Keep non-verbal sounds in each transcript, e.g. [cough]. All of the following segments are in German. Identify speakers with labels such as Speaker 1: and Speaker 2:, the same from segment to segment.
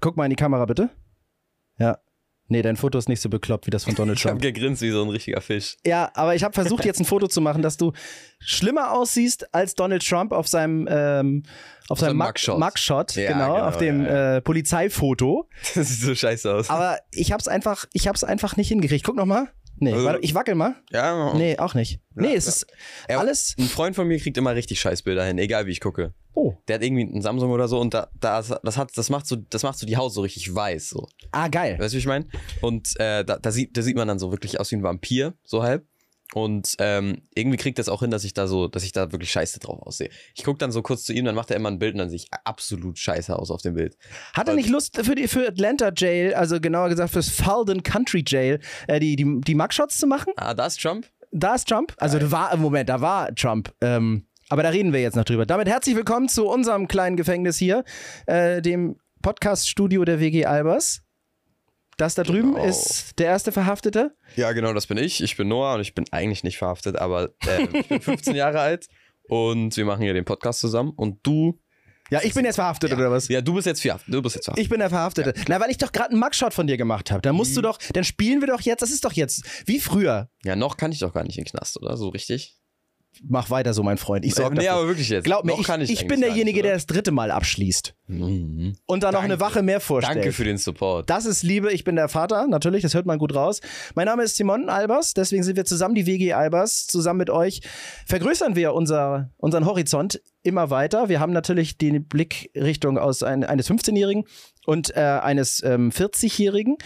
Speaker 1: Guck mal in die Kamera, bitte. Ja. Nee, dein Foto ist nicht so bekloppt wie das von Donald
Speaker 2: Ich habe
Speaker 1: Trump.
Speaker 2: gegrinst wie so ein richtiger Fisch. [laughs]
Speaker 1: Ja, aber ich habe versucht, jetzt ein Foto zu machen, dass du schlimmer aussiehst als Donald Trump auf seinem, ähm, auf seinem
Speaker 2: seinem
Speaker 1: Mug-
Speaker 2: Mugshot.
Speaker 1: Mugshot,
Speaker 2: Ja,
Speaker 1: genau,
Speaker 2: genau,
Speaker 1: auf dem
Speaker 2: ja, ja.
Speaker 1: äh, Polizeifoto.
Speaker 2: Das sieht so scheiße aus.
Speaker 1: Aber ich hab's einfach, ich hab's einfach nicht hingekriegt. Guck noch mal. Nee,
Speaker 2: Also-
Speaker 1: warte, ich wackel mal.
Speaker 2: ja,
Speaker 1: Nee, auch nicht. Nee,
Speaker 2: Oh. Ja,
Speaker 1: es
Speaker 2: ja.
Speaker 1: ist
Speaker 2: Ja,
Speaker 1: alles.
Speaker 2: Ein Freund von mir kriegt immer richtig Scheißbilder hin, egal wie ich gucke.
Speaker 1: Oh,
Speaker 2: Der hat irgendwie einen Samsung oder so und da, da ist- das, hat, das, macht so, das macht so die Haut so richtig weiß. So.
Speaker 1: ah geil.
Speaker 2: Weißt du, wie ich meine? Und äh, da, da, sieht, da sieht man dann so wirklich aus wie ein Vampir, so halb. Und ähm, irgendwie kriegt das auch hin, dass ich da so, dass ich da wirklich scheiße drauf aussehe. Ich gucke dann so kurz zu ihm, dann macht er immer ein Bild und dann sehe ich absolut scheiße aus auf dem Bild.
Speaker 1: Hat
Speaker 2: äh.
Speaker 1: er nicht Lust für, die, für Atlanta Jail, also genauer gesagt fürs Falden Country Jail, äh, die, die, die Mugshots zu machen?
Speaker 2: Ah, da ist Trump?
Speaker 1: Da ist Trump. Also da war, Moment, da war Trump. Ähm, aber da reden wir jetzt noch drüber. Damit herzlich willkommen zu unserem kleinen Gefängnis hier, äh, dem Podcast-Studio der WG Albers. Das da drüben
Speaker 2: Genau.
Speaker 1: ist der erste Verhaftete.
Speaker 2: Ja, genau, das bin ich. Ich bin Noah und ich bin eigentlich nicht verhaftet, aber ähm, ich
Speaker 1: [laughs]
Speaker 2: bin 15 Jahre alt und wir machen hier den Podcast zusammen. Und du.
Speaker 1: Ja, ich bin jetzt verhaftet, oder was?
Speaker 2: Ja, du bist jetzt verhaftet. Du bist jetzt verhaftet.
Speaker 1: Ich bin der Verhaftete. Na, weil ich doch gerade einen Mugshot von dir gemacht habe. Dann musst du doch, dann spielen wir doch jetzt, das ist doch jetzt wie früher.
Speaker 2: ja, noch kann ich doch gar nicht in den Knast, oder? So richtig?
Speaker 1: Mach weiter so, mein Freund. Ich
Speaker 2: Ja,
Speaker 1: sorge
Speaker 2: nee,
Speaker 1: dafür.
Speaker 2: aber wirklich jetzt.
Speaker 1: Glaub mir,
Speaker 2: noch
Speaker 1: ich,
Speaker 2: kann
Speaker 1: ich,
Speaker 2: ich
Speaker 1: bin
Speaker 2: eigentlich
Speaker 1: derjenige, der
Speaker 2: gar
Speaker 1: das dritte Mal abschließt.
Speaker 2: nicht, oder? Mhm.
Speaker 1: Und dann noch eine
Speaker 2: Danke.
Speaker 1: Wache mehr vorstellt.
Speaker 2: Danke für den Support.
Speaker 1: Das ist Liebe, ich bin der Vater, natürlich, das hört man gut raus. Mein Name ist Simon Albers, deswegen sind wir zusammen die WG Albers. Zusammen mit euch vergrößern wir unser, unseren Horizont immer weiter. Wir haben natürlich die Blickrichtung aus ein, eines 15-Jährigen und äh, eines ähm, 40-Jährigen.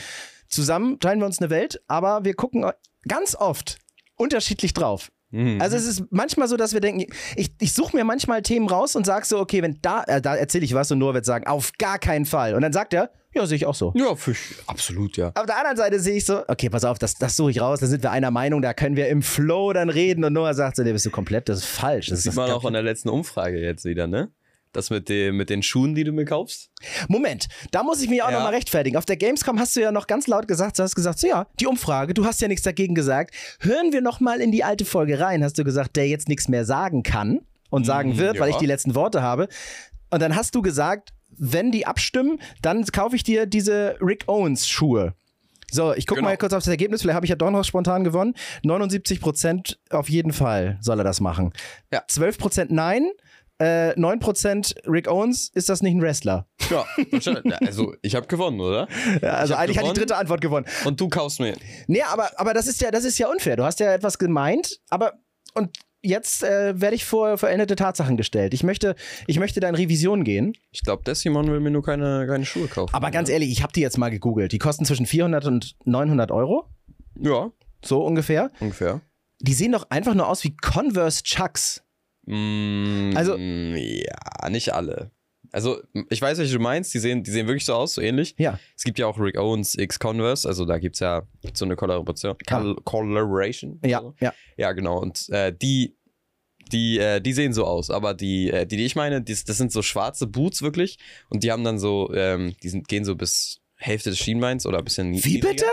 Speaker 1: Zusammen teilen wir uns eine Welt, aber wir gucken ganz oft unterschiedlich drauf.
Speaker 2: Mhm.
Speaker 1: Also es ist manchmal so, dass wir denken, ich, ich suche mir manchmal Themen raus und sag so, okay, wenn da, äh, da erzähle ich was und Norbert sagen, auf gar keinen Fall. Und dann sagt er, ja, sehe ich auch so.
Speaker 2: ja, Fisch. Absolut, ja.
Speaker 1: Auf der anderen Seite sehe ich so, okay, pass auf, das, das suche ich raus, da sind wir einer Meinung, da können wir im Flow dann reden und Noah sagt so, nee, bist du komplett, das ist falsch. Das
Speaker 2: Das
Speaker 1: ist
Speaker 2: sieht
Speaker 1: das
Speaker 2: man
Speaker 1: gar-
Speaker 2: auch in der letzten Umfrage jetzt wieder, ne? Das mit, dem, mit den Schuhen, die du mir kaufst.
Speaker 1: Moment, da muss ich mich auch
Speaker 2: Ja.
Speaker 1: nochmal rechtfertigen. Auf der Gamescom hast du ja noch ganz laut gesagt, du hast gesagt, so ja, die Umfrage, du hast ja nichts dagegen gesagt. Hören wir nochmal in die alte Folge rein, hast du gesagt, der jetzt nichts mehr sagen kann und sagen
Speaker 2: Mhm,
Speaker 1: wird, weil
Speaker 2: ja.
Speaker 1: ich die letzten Worte habe. Und dann hast du gesagt, wenn die abstimmen, dann kaufe ich dir diese Rick Owens Schuhe. So, ich gucke
Speaker 2: Genau.
Speaker 1: mal kurz auf das Ergebnis. Vielleicht habe ich ja Dornhaus spontan gewonnen. 79 Prozent auf jeden Fall soll er das machen.
Speaker 2: Ja.
Speaker 1: 12 Prozent nein. Äh, 9 Prozent Rick Owens, ist das nicht ein Wrestler?
Speaker 2: Ja, wahrscheinlich. Ja, also ich habe gewonnen, oder?
Speaker 1: Ja, also eigentlich
Speaker 2: hab
Speaker 1: hat die
Speaker 2: gewonnen.
Speaker 1: dritte Antwort gewonnen.
Speaker 2: Und du kaufst mir.
Speaker 1: Nee, aber, aber das, ist ja, das ist ja unfair. Du hast ja etwas gemeint, aber und jetzt äh, werde ich vor veränderte Tatsachen gestellt. Ich möchte, ich möchte da in Revision gehen.
Speaker 2: Ich glaube, der Simon will mir nur keine, keine Schuhe kaufen.
Speaker 1: Aber ganz ehrlich, ich habe die jetzt mal gegoogelt. Die kosten zwischen 400 und 900 Euro,
Speaker 2: Ja,
Speaker 1: so ungefähr.
Speaker 2: ungefähr.
Speaker 1: Die sehen doch einfach nur aus wie Converse Chucks.
Speaker 2: Mm,
Speaker 1: Also-
Speaker 2: Ja, nicht alle. Also, ich weiß, welche du meinst. Die sehen, die sehen wirklich so aus, so ähnlich.
Speaker 1: Ja.
Speaker 2: Es gibt ja auch Rick Owens X Converse. Also, da gibt es ja so eine Kollaboration. Kol Collaboration.
Speaker 1: Ja,
Speaker 2: So.
Speaker 1: ja.
Speaker 2: Ja, genau. Und äh, die, die, äh, die sehen so aus. Aber die, äh, die, die ich meine, die, das sind so schwarze Boots wirklich. Und die haben dann so, ähm, die sind, gehen so bis Hälfte des Schienbeins oder ein bisschen nie-
Speaker 1: Wie
Speaker 2: niedriger.
Speaker 1: bitte?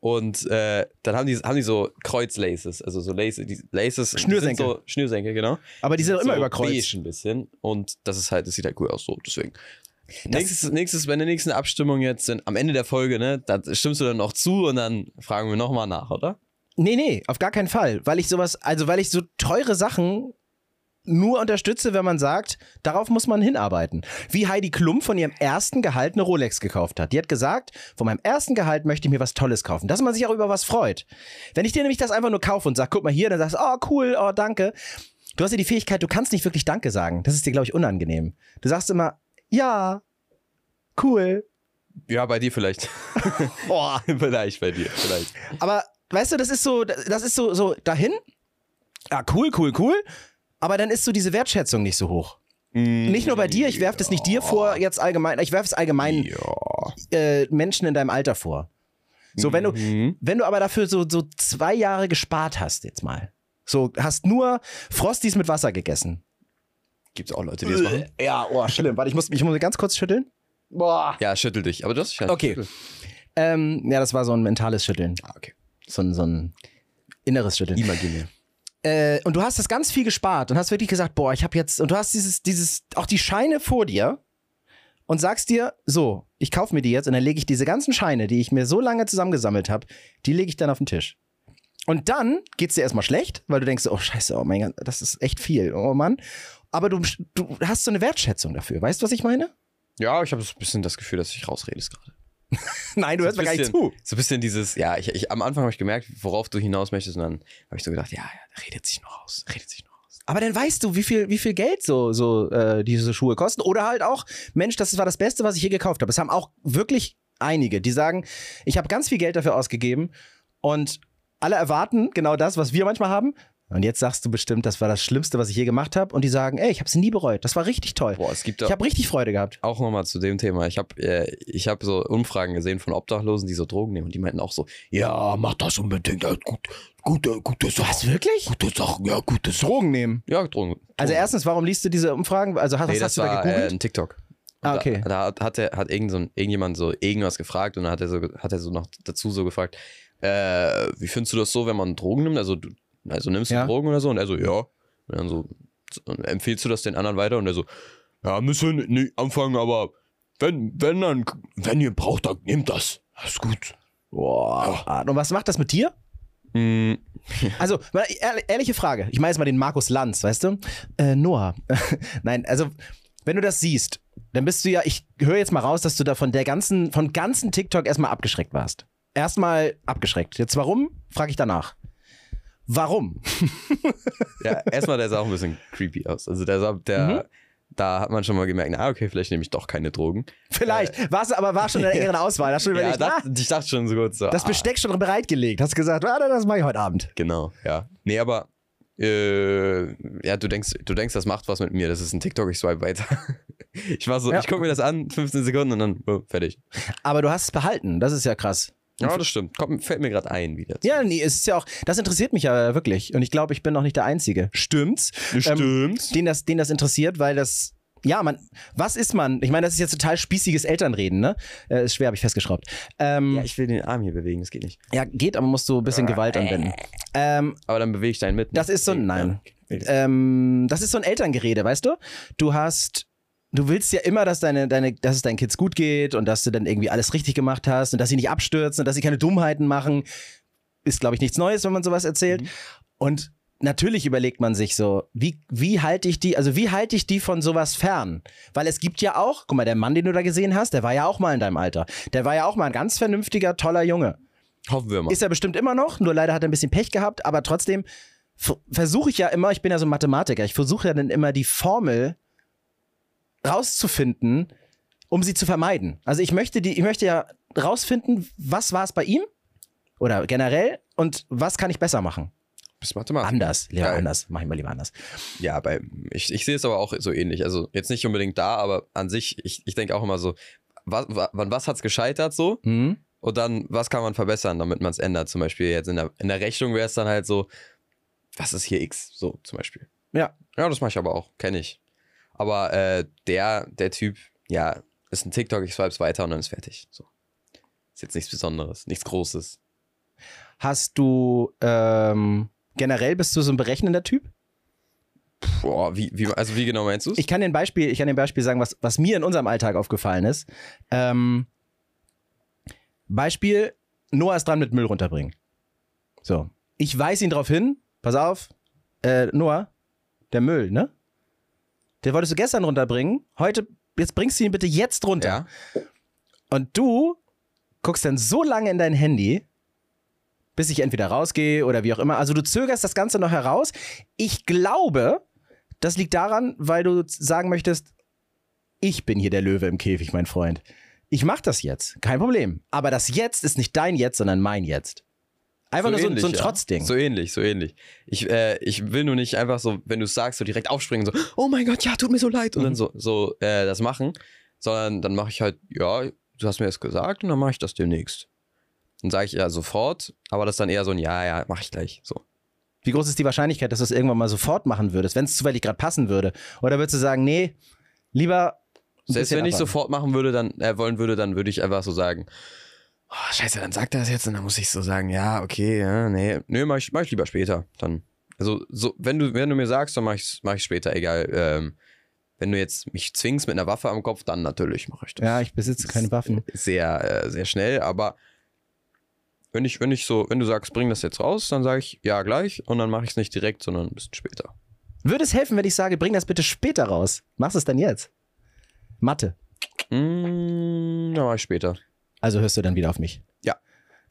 Speaker 2: Und äh, dann haben die, haben die so Kreuzlaces, also so Laces, die Laces. die
Speaker 1: Schnürsenkel.
Speaker 2: Sind so Schnürsenkel, genau.
Speaker 1: Aber die sind doch immer
Speaker 2: so
Speaker 1: überkreuzt.
Speaker 2: Beige ein bisschen. Und das ist halt, das sieht halt cool aus, so deswegen. Nächstes, nächstes, bei der nächsten Abstimmung jetzt in, am Ende der Folge, ne, da stimmst du dann auch zu und dann fragen wir nochmal nach, oder?
Speaker 1: Nee, nee, auf gar keinen Fall. Weil ich sowas, also weil ich so teure Sachen nur unterstütze, wenn man sagt, darauf muss man hinarbeiten. Wie Heidi Klum von ihrem ersten Gehalt eine Rolex gekauft hat. Die hat gesagt, von meinem ersten Gehalt möchte ich mir was Tolles kaufen, dass man sich auch über was freut. Wenn ich dir nämlich das einfach nur kaufe und sag, guck mal hier, dann sagst du, oh cool, oh danke. Du hast ja die Fähigkeit, du kannst nicht wirklich Danke sagen. Das ist dir, glaube ich, unangenehm. Du sagst immer, ja, cool.
Speaker 2: Ja, bei dir vielleicht.
Speaker 1: [laughs] Boah.
Speaker 2: [laughs] vielleicht bei dir, vielleicht.
Speaker 1: Aber weißt du, das ist so, das ist so, so dahin. Ja, cool, cool, cool. Aber dann ist so diese Wertschätzung nicht so hoch. Nicht nur bei dir, ich werfe das nicht dir vor, jetzt allgemein, ich werfe es allgemein
Speaker 2: Ja.
Speaker 1: äh, Menschen in deinem Alter vor. So, wenn du,
Speaker 2: Mhm.
Speaker 1: wenn du aber dafür so, so zwei Jahre gespart hast, jetzt mal. So, hast nur Frosties mit Wasser gegessen.
Speaker 2: Gibt es auch Leute, die das machen?
Speaker 1: Ja, oh, schlimm. Warte, ich muss, ich muss ganz kurz schütteln. Boah.
Speaker 2: Ja, schüttel dich. Aber du hast dich halt
Speaker 1: Okay. Ähm, ja, das war so ein mentales Schütteln.
Speaker 2: Ah, okay.
Speaker 1: So ein, so ein inneres Schütteln.
Speaker 2: Imaginär.
Speaker 1: äh, und du hast das ganz viel gespart und hast wirklich gesagt, boah, ich habe jetzt und du hast dieses dieses auch die Scheine vor dir und sagst dir so, ich kaufe mir die jetzt und dann lege ich diese ganzen Scheine, die ich mir so lange zusammengesammelt habe, die lege ich dann auf den Tisch. Und dann geht's dir erstmal schlecht, weil du denkst, oh scheiße, oh mein Gott, das ist echt viel, oh Mann. Aber du, du hast so eine Wertschätzung dafür. Weißt du, was ich meine?
Speaker 2: Ja, ich habe so ein bisschen das Gefühl, dass ich rausredest gerade.
Speaker 1: Nein, du hörst
Speaker 2: so
Speaker 1: mir
Speaker 2: ein
Speaker 1: gar nicht
Speaker 2: bisschen,
Speaker 1: zu.
Speaker 2: So ein bisschen dieses, ja, ich, ich, am Anfang habe ich gemerkt, worauf du hinaus möchtest und dann habe ich so gedacht, ja, ja, redet sich noch aus, redet sich noch aus.
Speaker 1: Aber dann weißt du, wie viel, wie viel Geld so, so äh, diese Schuhe kosten. Oder halt auch, Mensch, das war das Beste, was ich hier gekauft habe. Es haben auch wirklich einige, die sagen, ich habe ganz viel Geld dafür ausgegeben und alle erwarten genau das, was wir manchmal haben. Und jetzt sagst du bestimmt, das war das Schlimmste, was ich je gemacht habe. Und die sagen, ey, ich habe es nie bereut. Das war richtig toll.
Speaker 2: Boah, es gibt
Speaker 1: Ich
Speaker 2: da
Speaker 1: habe richtig Freude gehabt.
Speaker 2: auch nochmal zu dem Thema. Ich habe äh, ich hab so Umfragen gesehen von Obdachlosen, die so Drogen nehmen und die meinten auch so, ja, mach das unbedingt, ja, gut, gute, gute Sachen,
Speaker 1: wirklich?
Speaker 2: gute Sachen, ja, gute Sachen.
Speaker 1: Drogen nehmen.
Speaker 2: Ja, Drogen.
Speaker 1: Also erstens, warum liest du diese Umfragen? Also hast,
Speaker 2: nee,
Speaker 1: was
Speaker 2: das
Speaker 1: hast du da
Speaker 2: war äh,
Speaker 1: gegoogelt?
Speaker 2: ein TikTok. Und
Speaker 1: Ah, okay.
Speaker 2: Da, da hat, er, hat irgend so ein, irgendjemand so irgendwas gefragt und dann hat er so, hat er so noch dazu so gefragt, äh, wie findest du das so, wenn man Drogen nimmt? Also, du, also nimmst du
Speaker 1: Ja.
Speaker 2: Drogen oder so? Und er so, ja. Und dann so, und empfiehlst du das den anderen weiter? Und er so, ja, müssen nicht anfangen, aber wenn, wenn dann, wenn ihr braucht, dann nehmt das. Das ist gut.
Speaker 1: Boah. Ah, Und was macht das mit dir?
Speaker 2: Mm,
Speaker 1: Also, mal ehrl- ehrliche Frage. Ich meine jetzt mal den Markus Lanz, weißt du? Äh, Noah. [laughs] Nein, also, wenn du das siehst, dann bist du ja, ich höre jetzt mal raus, dass du da von der ganzen, von ganzen TikTok erstmal abgeschreckt warst. Erstmal abgeschreckt. Jetzt warum, frage ich danach. Warum? [laughs]
Speaker 2: ja, erstmal, der sah auch ein bisschen creepy aus. Also, der sah, der,
Speaker 1: Mhm.
Speaker 2: da hat man schon mal gemerkt, na, okay, vielleicht nehme ich doch keine Drogen.
Speaker 1: Vielleicht. warst du aber war schon in der engeren Auswahl. Hast du schon
Speaker 2: Äh. [laughs] Ja,
Speaker 1: überlegt,
Speaker 2: das,
Speaker 1: ah,
Speaker 2: ich dachte schon so kurz so.
Speaker 1: das
Speaker 2: ah,
Speaker 1: Besteck schon bereitgelegt. Hast gesagt, ah, das mache ich heute Abend.
Speaker 2: Genau, ja. Nee, aber äh, ja, du denkst, du denkst, das macht was mit mir. Das ist ein TikTok, ich swipe weiter. [laughs] Ich war so,
Speaker 1: Ja.
Speaker 2: ich gucke mir das an, 15 Sekunden und dann oh, fertig.
Speaker 1: Aber du hast es behalten. Das ist ja krass.
Speaker 2: Ja, das stimmt. Kommt, fällt mir gerade ein wieder.
Speaker 1: Ja, nee, es ist ja auch, das interessiert mich ja wirklich. Und ich glaube, ich bin noch nicht der Einzige. Stimmt's?
Speaker 2: ähm,
Speaker 1: Ähm,
Speaker 2: Stimmt's?
Speaker 1: den das, den das interessiert, weil das, ja, man, was ist man? Ich meine, das ist jetzt total spießiges Elternreden, ne? Äh, ist schwer, habe ich festgeschraubt. Ähm,
Speaker 2: ja,
Speaker 1: ja,
Speaker 2: ich will den Arm hier bewegen, das geht nicht.
Speaker 1: geht, aber musst du ein bisschen Gewalt anwenden. Ähm,
Speaker 2: Aber dann bewege ich deinen mit. ne?
Speaker 1: das ist so ein, nein.
Speaker 2: Äh,
Speaker 1: Ähm, das ist so ein Elterngerede, weißt du? Du hast, du willst ja immer, dass deine, deine, dass es deinen Kids gut geht und dass du dann irgendwie alles richtig gemacht hast und dass sie nicht abstürzen und dass sie keine Dummheiten machen. Ist, glaube ich, nichts Neues, wenn man sowas erzählt.
Speaker 2: Mhm.
Speaker 1: Und natürlich überlegt man sich so, wie, wie halte ich die, also wie halte ich die von sowas fern? Weil es gibt ja auch, guck mal, der Mann, den du da gesehen hast, der war ja auch mal in deinem Alter. Der war ja auch mal ein ganz vernünftiger, toller Junge.
Speaker 2: Hoffen wir mal.
Speaker 1: Ist er bestimmt immer noch, nur leider hat er ein bisschen Pech gehabt, aber trotzdem f- versuche ich ja immer, ich bin ja so ein Mathematiker, ich versuche ja dann immer die Formel rauszufinden, um sie zu vermeiden. Also ich möchte die, ich möchte ja rausfinden, was war es bei ihm oder generell und was kann ich besser machen.
Speaker 2: Bist Mathematik.
Speaker 1: Anders, lieber
Speaker 2: Ah, Geil.
Speaker 1: anders, mach ich mal lieber anders.
Speaker 2: Ja, bei, ich, ich sehe es aber auch so ähnlich. Also jetzt nicht unbedingt da, aber an sich, ich, ich denke auch immer so, was, wann was hat's gescheitert so?
Speaker 1: Mhm.
Speaker 2: Und dann, was kann man verbessern, damit man es ändert? Zum Beispiel jetzt in der, in der Rechnung wäre es dann halt so, was ist hier X? So zum Beispiel.
Speaker 1: Ja.
Speaker 2: Ja, das mache ich aber auch, kenne ich. Aber äh, der, der Typ, ja, ist ein TikTok, ich swipe's weiter und dann ist fertig. So. Ist jetzt nichts Besonderes, nichts Großes.
Speaker 1: Hast du ähm, generell bist du so ein berechnender Typ?
Speaker 2: Boah, wie, wie, also wie genau meinst du
Speaker 1: Ich kann dir ein Beispiel, ich kann dir ein Beispiel sagen, was, was mir in unserem Alltag aufgefallen ist. Ähm, Beispiel: Noah ist dran mit Müll runterbringen. So. Ich weise ihn darauf hin, pass auf, äh, Noah, der Müll, ne? Den wolltest du gestern runterbringen. Heute, jetzt bringst du ihn bitte jetzt runter.
Speaker 2: Ja.
Speaker 1: Und du guckst dann so lange in dein Handy, bis ich entweder rausgehe oder wie auch immer. Also du zögerst das Ganze noch heraus. Ich glaube, das liegt daran, weil du sagen möchtest, ich bin hier der Löwe im Käfig, mein Freund. Ich mach das jetzt, kein Problem. Aber das Jetzt ist nicht dein Jetzt, sondern mein Jetzt. Einfach nur so,
Speaker 2: ähnlich,
Speaker 1: so ein
Speaker 2: ja.
Speaker 1: Trotzding.
Speaker 2: So ähnlich, so ähnlich. Ich, äh, ich will nur nicht einfach so, wenn du es sagst, so direkt aufspringen, so, oh mein Gott, ja, tut mir so leid. Und
Speaker 1: Mhm.
Speaker 2: dann so, so äh, das machen, sondern dann mache ich halt, ja, du hast mir das gesagt und dann mache ich das demnächst. Dann sage ich ja sofort, aber das ist dann eher so ein Ja, ja, mache ich gleich. So.
Speaker 1: Wie groß ist die Wahrscheinlichkeit, dass du es irgendwann mal sofort machen würdest, wenn es zufällig gerade passen würde? Oder würdest du sagen, nee, lieber. ein
Speaker 2: Selbst
Speaker 1: bisschen
Speaker 2: wenn ich
Speaker 1: abwarten?
Speaker 2: sofort machen würde, dann äh, wollen würde, dann würde ich einfach so sagen, oh, scheiße, dann sagt er das jetzt und dann muss ich so sagen, ja, okay, ja, nee, nee, mach ich, mach ich lieber später. Dann. Also, so, wenn du, wenn du mir sagst, dann mach ich mach ich später, egal, ähm, Wenn du jetzt mich zwingst mit einer Waffe am Kopf, dann natürlich mache ich das.
Speaker 1: Ja, ich besitze keine Waffen.
Speaker 2: Sehr, äh, sehr schnell, aber wenn ich, wenn ich so, wenn du sagst, bring das jetzt raus, dann sage ich ja gleich und dann mache ich es nicht direkt, sondern ein bisschen später.
Speaker 1: Würde es helfen, wenn ich sage, bring das bitte später raus? Machst du es dann jetzt? Mathe.
Speaker 2: Mm, na, mach ich später.
Speaker 1: Also hörst du dann wieder auf mich.
Speaker 2: Ja.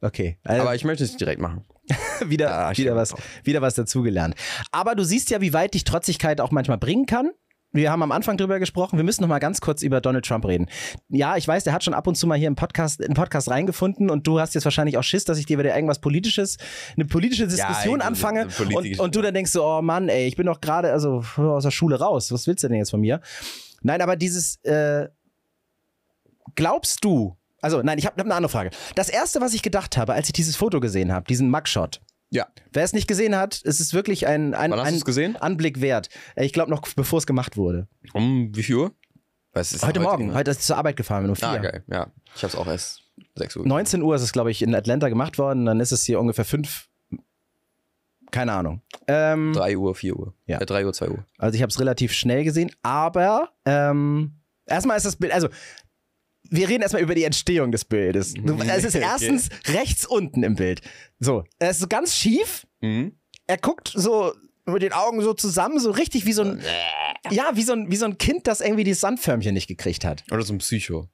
Speaker 1: Okay. Also
Speaker 2: Aber ich möchte es nicht direkt machen.
Speaker 1: [laughs] wieder,
Speaker 2: Ah, ich
Speaker 1: wieder
Speaker 2: bin
Speaker 1: was
Speaker 2: drauf.
Speaker 1: wieder was dazugelernt. Aber du siehst ja, wie weit dich Trotzigkeit auch manchmal bringen kann. Wir haben am Anfang drüber gesprochen. Wir müssen noch mal ganz kurz über Donald Trump reden. Ja, ich weiß, der hat schon ab und zu mal hier im Podcast, im Podcast reingefunden und du hast jetzt wahrscheinlich auch Schiss, dass ich dir wieder irgendwas Politisches, eine politische Diskussion
Speaker 2: irgendwie so
Speaker 1: anfange
Speaker 2: eine politische-
Speaker 1: und, und du dann denkst so, oh Mann, ey, ich bin doch gerade also aus der Schule raus. Was willst du denn jetzt von mir? Nein, aber dieses äh, glaubst du? Also nein, ich habe hab eine andere Frage. Das erste, was ich gedacht habe, als ich dieses Foto gesehen habe, diesen Mugshot,
Speaker 2: Ja.
Speaker 1: Wer es nicht gesehen hat, es ist wirklich ein, ein,
Speaker 2: Wann hast du
Speaker 1: ein
Speaker 2: es gesehen?
Speaker 1: Anblick wert. Äh, Ich glaube noch, bevor es gemacht wurde.
Speaker 2: Um wie viel Uhr? Was ist
Speaker 1: heute Morgen,
Speaker 2: ne?
Speaker 1: heute ist es zur Arbeit gefahren, wir nur vier.
Speaker 2: Ah, geil. Ja. Ich hab's auch erst 6 Uhr.
Speaker 1: 19 Uhr ist es, glaube ich, in Atlanta gemacht worden. Dann ist es hier ungefähr fünf. Keine Ahnung. Ähm,
Speaker 2: 3 Uhr, 4 Uhr.
Speaker 1: Ja.
Speaker 2: Äh, 3 Uhr, 2 Uhr.
Speaker 1: also ich habe es relativ schnell gesehen, aber ähm, erstmal ist das Bild, also wir reden erstmal über die Entstehung des Bildes. Du- Es ist
Speaker 2: Okay.
Speaker 1: erstens rechts unten im Bild. So, es ist ganz schief.
Speaker 2: Mhm.
Speaker 1: Er guckt so mit den Augen so zusammen, so richtig wie so ein Ja, wie so ein, wie so ein Kind, das irgendwie dieses Sandförmchen nicht gekriegt hat.
Speaker 2: Oder so ein Psycho.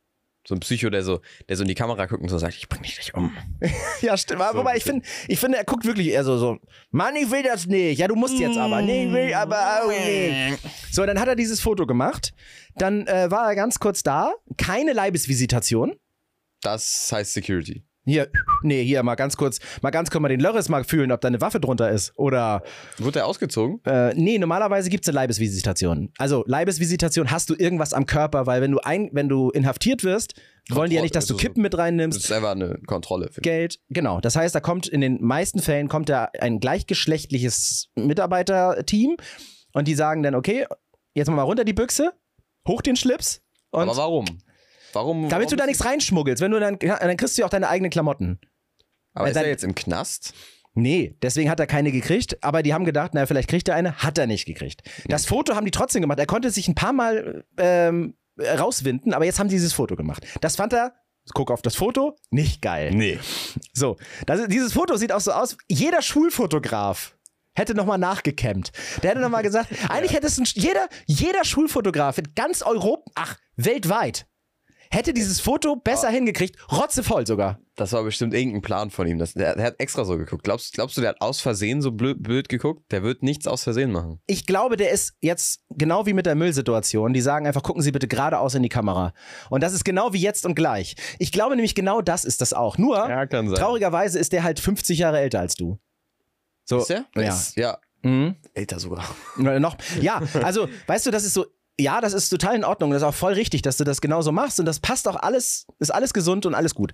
Speaker 2: So ein Psycho, der so, der so in die Kamera guckt und so sagt, ich bring dich gleich um.
Speaker 1: [laughs] Ja, stimmt. Aber
Speaker 2: So
Speaker 1: wobei
Speaker 2: ein
Speaker 1: ich finde, ich finde, er guckt wirklich eher so, so, Mann, ich will das nicht. Ja, du musst jetzt aber. Nee, ich will aber auch nicht. So, dann hat er dieses Foto gemacht. Dann äh, war er ganz kurz da. Keine Leibesvisitation.
Speaker 2: Das heißt Security.
Speaker 1: Hier, nee, hier mal ganz kurz, mal ganz kurz mal den Lörres mal fühlen, ob da eine Waffe drunter ist. Oder,
Speaker 2: Wurde er ausgezogen?
Speaker 1: äh, nee, normalerweise gibt es eine Leibesvisitation. Also, Leibesvisitation hast du irgendwas am Körper, weil wenn du, ein, wenn du inhaftiert wirst, wollen die ja
Speaker 2: Kontrolle-
Speaker 1: nicht, dass du
Speaker 2: also so-
Speaker 1: Kippen mit
Speaker 2: Das
Speaker 1: reinnimmst.
Speaker 2: ist einfach eine Kontrolle. Für
Speaker 1: Geld, genau. Das heißt, da kommt in den meisten Fällen kommt da ein gleichgeschlechtliches Mitarbeiterteam und die sagen dann, okay, jetzt mal runter die Büchse, hoch den Schlips und
Speaker 2: Aber warum? Warum? warum
Speaker 1: damit du da nichts reinschmuggelst, wenn du dann, dann kriegst du ja auch deine eigenen Klamotten.
Speaker 2: Aber ist
Speaker 1: Dann-
Speaker 2: er jetzt im Knast?
Speaker 1: Nee, deswegen hat er keine gekriegt, aber die haben gedacht, naja, vielleicht kriegt er eine, hat er nicht gekriegt. Das Foto haben die trotzdem gemacht. Er konnte sich ein paar Mal ähm, rauswinden, aber jetzt haben die dieses Foto gemacht. Das fand er, guck auf das Foto, nicht geil.
Speaker 2: Nee.
Speaker 1: So, das, dieses Foto sieht auch so aus. Jeder Schulfotograf hätte nochmal nachgekämmt. Der hätte nochmal gesagt, eigentlich hätte es ein, jeder, jeder Schulfotograf in ganz Europa, ach, weltweit, hätte dieses Foto besser hingekriegt, rotzevoll sogar.
Speaker 2: Das war bestimmt irgendein Plan von ihm. Das, der, der hat extra so geguckt. Glaubst, glaubst du, der hat aus Versehen so blöd, blöd geguckt? Der wird nichts aus Versehen machen.
Speaker 1: Ich glaube, der ist jetzt genau wie mit der Müllsituation. Die sagen einfach, gucken Sie bitte geradeaus in die Kamera. Und das ist genau wie jetzt und gleich. Ich glaube nämlich, genau das ist das auch. Nur,
Speaker 2: kann
Speaker 1: traurigerweise ist der halt 50 Jahre älter als du. So,
Speaker 2: Ist er?
Speaker 1: Ja.
Speaker 2: Ist, ja.
Speaker 1: Mhm.
Speaker 2: Älter sogar.
Speaker 1: Oder Noch, ja, also, weißt du, das ist so, ja, das ist total in Ordnung. Das ist auch voll richtig, dass du das genauso machst. Und das passt auch alles, ist alles gesund und alles gut.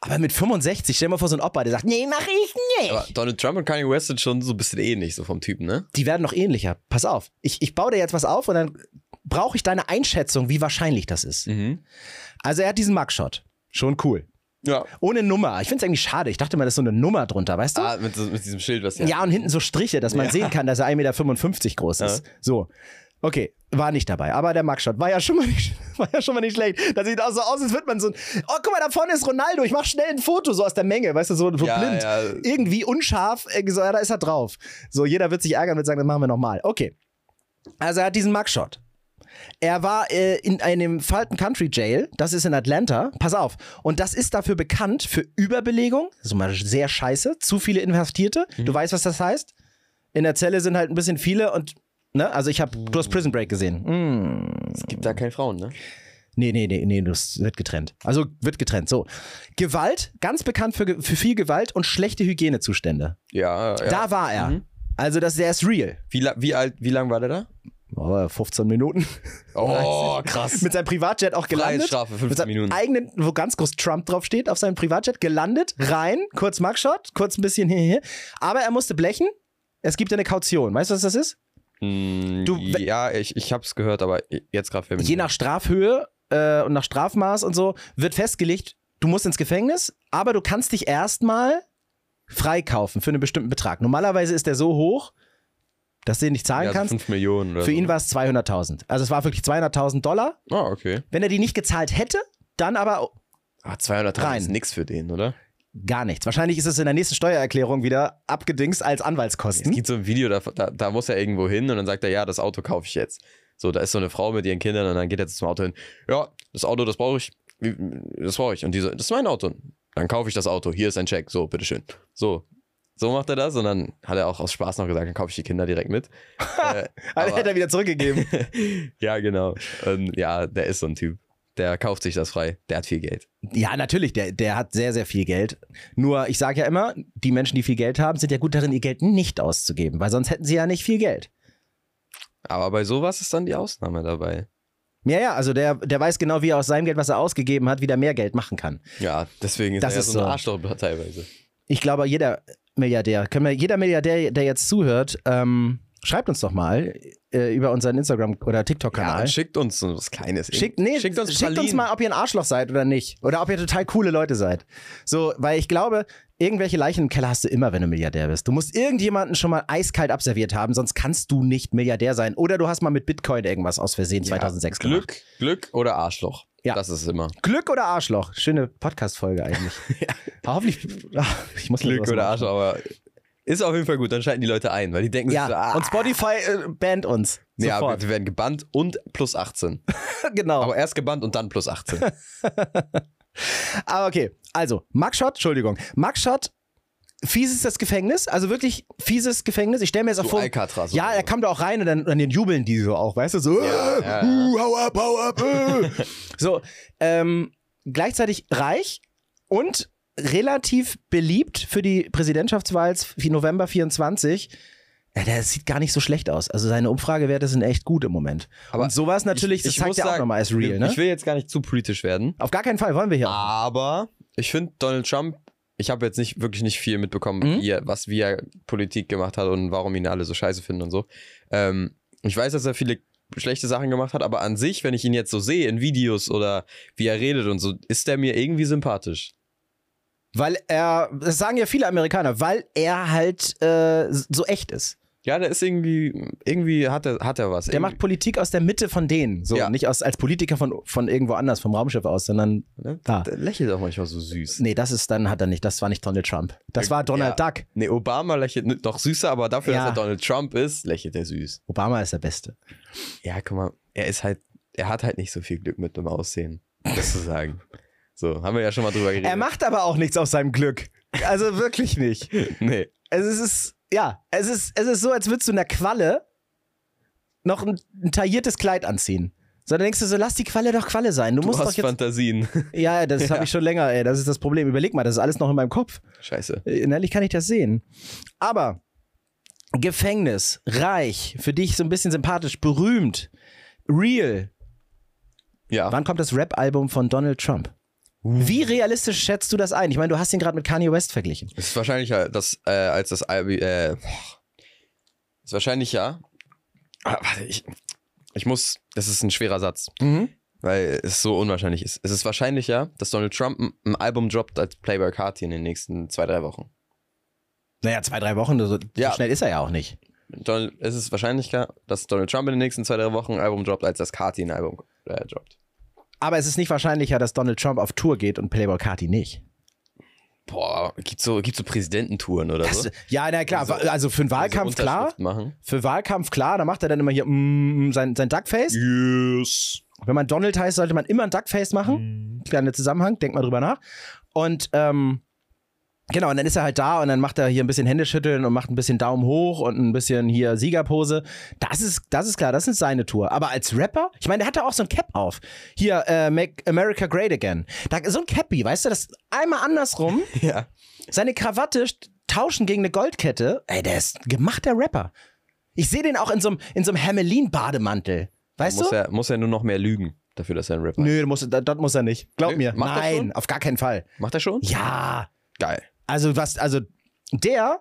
Speaker 1: Aber mit 65, stell dir mal vor, so ein Opa, der sagt, nee, mach ich nicht.
Speaker 2: Aber Donald Trump und Kanye West sind schon so ein bisschen ähnlich, so vom Typen, ne?
Speaker 1: Die werden noch ähnlicher. Pass auf. Ich, ich baue dir jetzt was auf und dann brauche ich deine Einschätzung, wie wahrscheinlich das ist.
Speaker 2: Mhm.
Speaker 1: Also, er hat diesen Mugshot. Schon cool.
Speaker 2: Ja.
Speaker 1: Ohne Nummer. Ich finde es eigentlich schade. Ich dachte mal, das ist so eine Nummer drunter, weißt du?
Speaker 2: Ah, mit, so- mit diesem Schild, was
Speaker 1: Ja, und hinten so Striche, dass man sehen kann, dass er 1,55 Meter groß ist. So. Okay, war nicht dabei. Aber der Mugshot war ja schon mal nicht, [laughs] war ja schon mal nicht schlecht. Das sieht auch so aus, als würde man so ein. Oh, guck mal, da vorne ist Ronaldo. Ich mach schnell ein Foto, so aus der Menge, weißt du, so, so
Speaker 2: Ja,
Speaker 1: blind.
Speaker 2: ja.
Speaker 1: Irgendwie unscharf. irgendwie So, ja, da ist er drauf. So, jeder wird sich ärgern und wird sagen, das machen wir nochmal. Okay. Also er hat diesen Mugshot. Er war äh, in einem Fulton Country Jail, das ist in Atlanta, pass auf. Und das ist dafür bekannt für Überbelegung, das ist mal sehr scheiße, zu viele Inhaftierte.
Speaker 2: Mhm.
Speaker 1: Du weißt, was das heißt? In der Zelle sind halt ein bisschen viele und, ne, also ich habe
Speaker 2: Mhm.
Speaker 1: bloß Prison Break gesehen. Mm.
Speaker 2: Es gibt da keine Frauen, ne?
Speaker 1: Nee, nee, nee, nee, das wird getrennt. Also wird getrennt, so. Gewalt, ganz bekannt für, ge- für viel Gewalt und schlechte Hygienezustände.
Speaker 2: Ja, ja. Mhm.
Speaker 1: Da war er. Also das, der ist real.
Speaker 2: wie, la- wie, alt, wie lang war der da?
Speaker 1: Oh, 15 Minuten. [laughs]
Speaker 2: Oh, krass.
Speaker 1: mit seinem Privatjet auch gelandet.
Speaker 2: Freiheitsstrafe, 15
Speaker 1: mit seinem
Speaker 2: Minuten.
Speaker 1: eigenen, wo ganz groß Trump draufsteht, auf seinem Privatjet gelandet, rein, kurz Mugshot, kurz ein bisschen [laughs] hier, hier. Aber er musste blechen. Es gibt ja eine Kaution. Weißt du, was das ist?
Speaker 2: Mm,
Speaker 1: Du, we-
Speaker 2: ja, ich, ich hab's gehört, aber jetzt gerade
Speaker 1: Je nach Strafhöhe äh, und nach Strafmaß und so wird festgelegt, du musst ins Gefängnis, aber du kannst dich erstmal freikaufen für einen bestimmten Betrag. Normalerweise ist der so hoch, dass du den nicht zahlen
Speaker 2: Ja, so
Speaker 1: kannst.
Speaker 2: 5 Millionen oder
Speaker 1: Für
Speaker 2: so.
Speaker 1: ihn war es 200.000. Also es war wirklich 200.000 Dollar.
Speaker 2: Ah, okay.
Speaker 1: Wenn er die nicht gezahlt hätte, dann aber
Speaker 2: Ah, 200
Speaker 1: Rein.
Speaker 2: ist nix für den, oder?
Speaker 1: gar nichts. Wahrscheinlich ist es in der nächsten Steuererklärung wieder abgedingst als
Speaker 2: Es
Speaker 1: Anwaltskosten. [laughs]
Speaker 2: gibt so ein Video, da, da, da muss er irgendwo hin und dann sagt er, ja, das Auto kaufe ich jetzt. So, da ist so eine Frau mit ihren Kindern und dann geht er zum Auto hin. Ja, das Auto, das brauche ich. Wie- Das brauche ich. Und die so, das ist mein Auto. Dann kaufe ich das Auto. Hier ist ein Check. So, bitteschön. So. So macht er das und dann hat er auch aus Spaß noch gesagt, dann kaufe ich die Kinder direkt mit. äh,
Speaker 1: Aber
Speaker 2: aber-
Speaker 1: hätte er wieder zurückgegeben.
Speaker 2: ja, genau. Ähm, ja, der ist so ein Typ. Der kauft sich das frei. Der hat viel Geld.
Speaker 1: [laughs] Ja, natürlich, der, der hat sehr, sehr viel Geld. Nur, ich sage ja immer, die Menschen, die viel Geld haben, sind ja gut darin, ihr Geld nicht auszugeben, weil sonst hätten sie ja nicht viel Geld.
Speaker 2: Aber bei sowas ist dann die Ausnahme dabei.
Speaker 1: Ja, ja, also der, der weiß genau, wie er aus seinem Geld, was er ausgegeben hat, wieder mehr Geld machen kann.
Speaker 2: Ja, deswegen ist
Speaker 1: Das
Speaker 2: er ja
Speaker 1: ist
Speaker 2: so ein
Speaker 1: so.
Speaker 2: Arschloch teilweise.
Speaker 1: Ich glaube, jeder Milliardär, können wir, jeder Milliardär, der jetzt zuhört, ähm, schreibt uns doch mal äh, über unseren Instagram- oder
Speaker 2: Ja,
Speaker 1: TikTok-Kanal.
Speaker 2: und schickt uns so was Kleines.
Speaker 1: Schickt, nee,
Speaker 2: schickt uns,
Speaker 1: schickt uns
Speaker 2: Pralinen.
Speaker 1: mal, ob ihr ein Arschloch seid oder nicht. Oder ob ihr total coole Leute seid. So, weil ich glaube, irgendwelche Leichen im Keller hast du immer, wenn du Milliardär bist. Du musst irgendjemanden schon mal eiskalt abserviert haben, sonst kannst du nicht Milliardär sein. Oder du hast mal mit Bitcoin irgendwas aus Versehen 2006
Speaker 2: Glück,
Speaker 1: gemacht.
Speaker 2: Glück oder Arschloch.
Speaker 1: Ja.
Speaker 2: Das ist immer.
Speaker 1: Glück oder Arschloch? Schöne Podcast-Folge
Speaker 2: [laughs]
Speaker 1: eigentlich. Hoffentlich. Ach, ich muss mir
Speaker 2: Glück
Speaker 1: sowas
Speaker 2: oder
Speaker 1: mal-
Speaker 2: Arschloch, aber ist auf jeden Fall gut. Dann schalten die Leute ein, weil die denken sich so,
Speaker 1: Ja,
Speaker 2: ah,
Speaker 1: und Spotify äh, bannt uns.
Speaker 2: ja, wir
Speaker 1: Sofort.
Speaker 2: wir werden gebannt und plus 18.
Speaker 1: [laughs] genau.
Speaker 2: Aber erst gebannt und dann plus
Speaker 1: [laughs]
Speaker 2: 18.
Speaker 1: Aber okay, also Max Schott, Entschuldigung, Max Schott, fiesestes Gefängnis, also wirklich fieses Gefängnis. Ich stelle mir jetzt auch
Speaker 2: So
Speaker 1: vor,
Speaker 2: Alcatraz.
Speaker 1: ja,
Speaker 2: oder
Speaker 1: er
Speaker 2: so.
Speaker 1: kam da auch rein und dann, und dann jubeln die so auch, weißt du, so,
Speaker 2: Ja,
Speaker 1: äh,
Speaker 2: ja, ja.
Speaker 1: Uh, hau ab, hau ab,
Speaker 2: [laughs]
Speaker 1: äh. so, ähm, gleichzeitig reich und relativ beliebt für die Präsidentschaftswahl für November 24. Ja, Das sieht gar nicht so schlecht aus. Also seine Umfragewerte sind echt gut im Moment.
Speaker 2: Aber
Speaker 1: und sowas natürlich, das zeigt
Speaker 2: muss
Speaker 1: ja auch
Speaker 2: sagen,
Speaker 1: nochmal als real, ne?
Speaker 2: Ich will jetzt gar nicht zu politisch werden.
Speaker 1: Auf gar keinen Fall wollen wir hier. auch.
Speaker 2: Aber ich finde Donald Trump, ich habe jetzt nicht wirklich nicht viel mitbekommen,
Speaker 1: Mhm.
Speaker 2: wie er, was wie er Politik gemacht hat und warum ihn alle so scheiße finden und so. Ähm, ich weiß, dass er viele schlechte Sachen gemacht hat, aber an sich, wenn ich ihn jetzt so sehe in Videos oder wie er redet und so, ist er mir irgendwie sympathisch.
Speaker 1: Weil er, das sagen ja viele Amerikaner, weil er halt äh, so echt ist.
Speaker 2: Ja, der ist irgendwie, irgendwie hat er, hat er was.
Speaker 1: Der macht Politik aus der Mitte von denen. So,
Speaker 2: Ja.
Speaker 1: nicht aus, als Politiker von, von irgendwo anders, vom Raumschiff aus, sondern
Speaker 2: ne?
Speaker 1: da.
Speaker 2: Der lächelt auch manchmal so süß.
Speaker 1: Nee, das ist dann, hat er nicht. Das war nicht Donald Trump. Das war Donald Duck.
Speaker 2: Nee, Obama lächelt noch süßer, aber dafür,
Speaker 1: Ja.
Speaker 2: dass er Donald Trump ist, lächelt er süß.
Speaker 1: Obama ist der Beste.
Speaker 2: Ja, guck mal, er ist halt, er hat halt nicht so viel Glück mit dem Aussehen, das
Speaker 1: [laughs]
Speaker 2: zu sagen. So, haben wir ja schon mal drüber geredet.
Speaker 1: Er macht aber auch nichts aus seinem Glück. Also wirklich nicht. Also
Speaker 2: Nee.
Speaker 1: Es ist, es ist ja, es ist, es ist so, als würdest du einer Qualle noch ein, ein tailliertes Kleid anziehen. So, dann denkst du so, lass die Qualle doch Qualle sein. Du,
Speaker 2: Du
Speaker 1: musst doch
Speaker 2: hast
Speaker 1: jetzt. [laughs]
Speaker 2: Fantasien.
Speaker 1: Ja, das
Speaker 2: [laughs]
Speaker 1: habe ich schon länger, ey. Das ist das Problem. Überleg mal, das ist alles noch in meinem Kopf.
Speaker 2: Scheiße.
Speaker 1: Äh, Innerlich kann ich das sehen. Aber Gefängnis, reich, für dich so ein bisschen sympathisch, berühmt, real.
Speaker 2: Ja.
Speaker 1: Wann kommt das Rap-Album von Donald Trump?
Speaker 2: Uh.
Speaker 1: Wie realistisch schätzt du das ein? Ich meine, du hast ihn gerade mit Kanye West verglichen.
Speaker 2: Es ist wahrscheinlicher, dass, äh, als das Albi, äh, boah. ist wahrscheinlicher. Ah, warte, ich, ich muss, das ist ein schwerer Satz,
Speaker 1: Mhm.
Speaker 2: weil es so unwahrscheinlich ist. Es ist wahrscheinlicher, dass Donald Trump ein, ein Album droppt als Playboy Carti in den nächsten zwei, drei Wochen.
Speaker 1: Naja, zwei, drei Wochen, so,
Speaker 2: Ja.
Speaker 1: so schnell ist er ja auch nicht.
Speaker 2: Donald, es ist wahrscheinlicher, dass Donald Trump in den nächsten zwei, drei Wochen ein Album droppt, als dass Carti ein Album äh, droppt.
Speaker 1: Aber es ist nicht wahrscheinlicher, dass Donald Trump auf Tour geht und Playboy Carti nicht.
Speaker 2: Boah, gibt's so, gibt's so Präsidententouren oder so?
Speaker 1: Das, ja, na klar,
Speaker 2: Also-
Speaker 1: wa- also für einen Wahlkampf
Speaker 2: so
Speaker 1: klar.
Speaker 2: Unterschrift Machen.
Speaker 1: Für Wahlkampf klar, da macht er dann immer hier mm, sein, sein Duckface. [laughs]
Speaker 2: Yes.
Speaker 1: Wenn man Donald heißt, sollte man immer ein Duckface machen. Kleiner Zusammenhang, denkt mal drüber nach. Und ähm, genau, und dann ist er halt da und dann macht er hier ein bisschen Händeschütteln und macht ein bisschen Daumen hoch und ein bisschen hier Siegerpose. Das ist, das ist klar, das ist seine Tour. Aber als Rapper, ich meine, der hat da auch so ein Cap auf. Hier, äh, Make America Great Again. Da, so ein Cappy, weißt du, das einmal andersrum.
Speaker 2: Ja.
Speaker 1: Seine Krawatte st- tauschen gegen eine Goldkette. Ey, der ist ein gemachter Rapper. Ich sehe den auch in so einem in so einem Hermelin-Bademantel. Weißt
Speaker 2: Muss
Speaker 1: du?
Speaker 2: er, muss er nur noch mehr lügen, dafür, dass er ein Rapper ist.
Speaker 1: Nö, muss, das, das muss er nicht. Glaub
Speaker 2: Nö,
Speaker 1: mir.
Speaker 2: macht er schon?
Speaker 1: Nein, auf gar keinen Fall.
Speaker 2: Macht er schon?
Speaker 1: Ja.
Speaker 2: Geil.
Speaker 1: Also was, also der,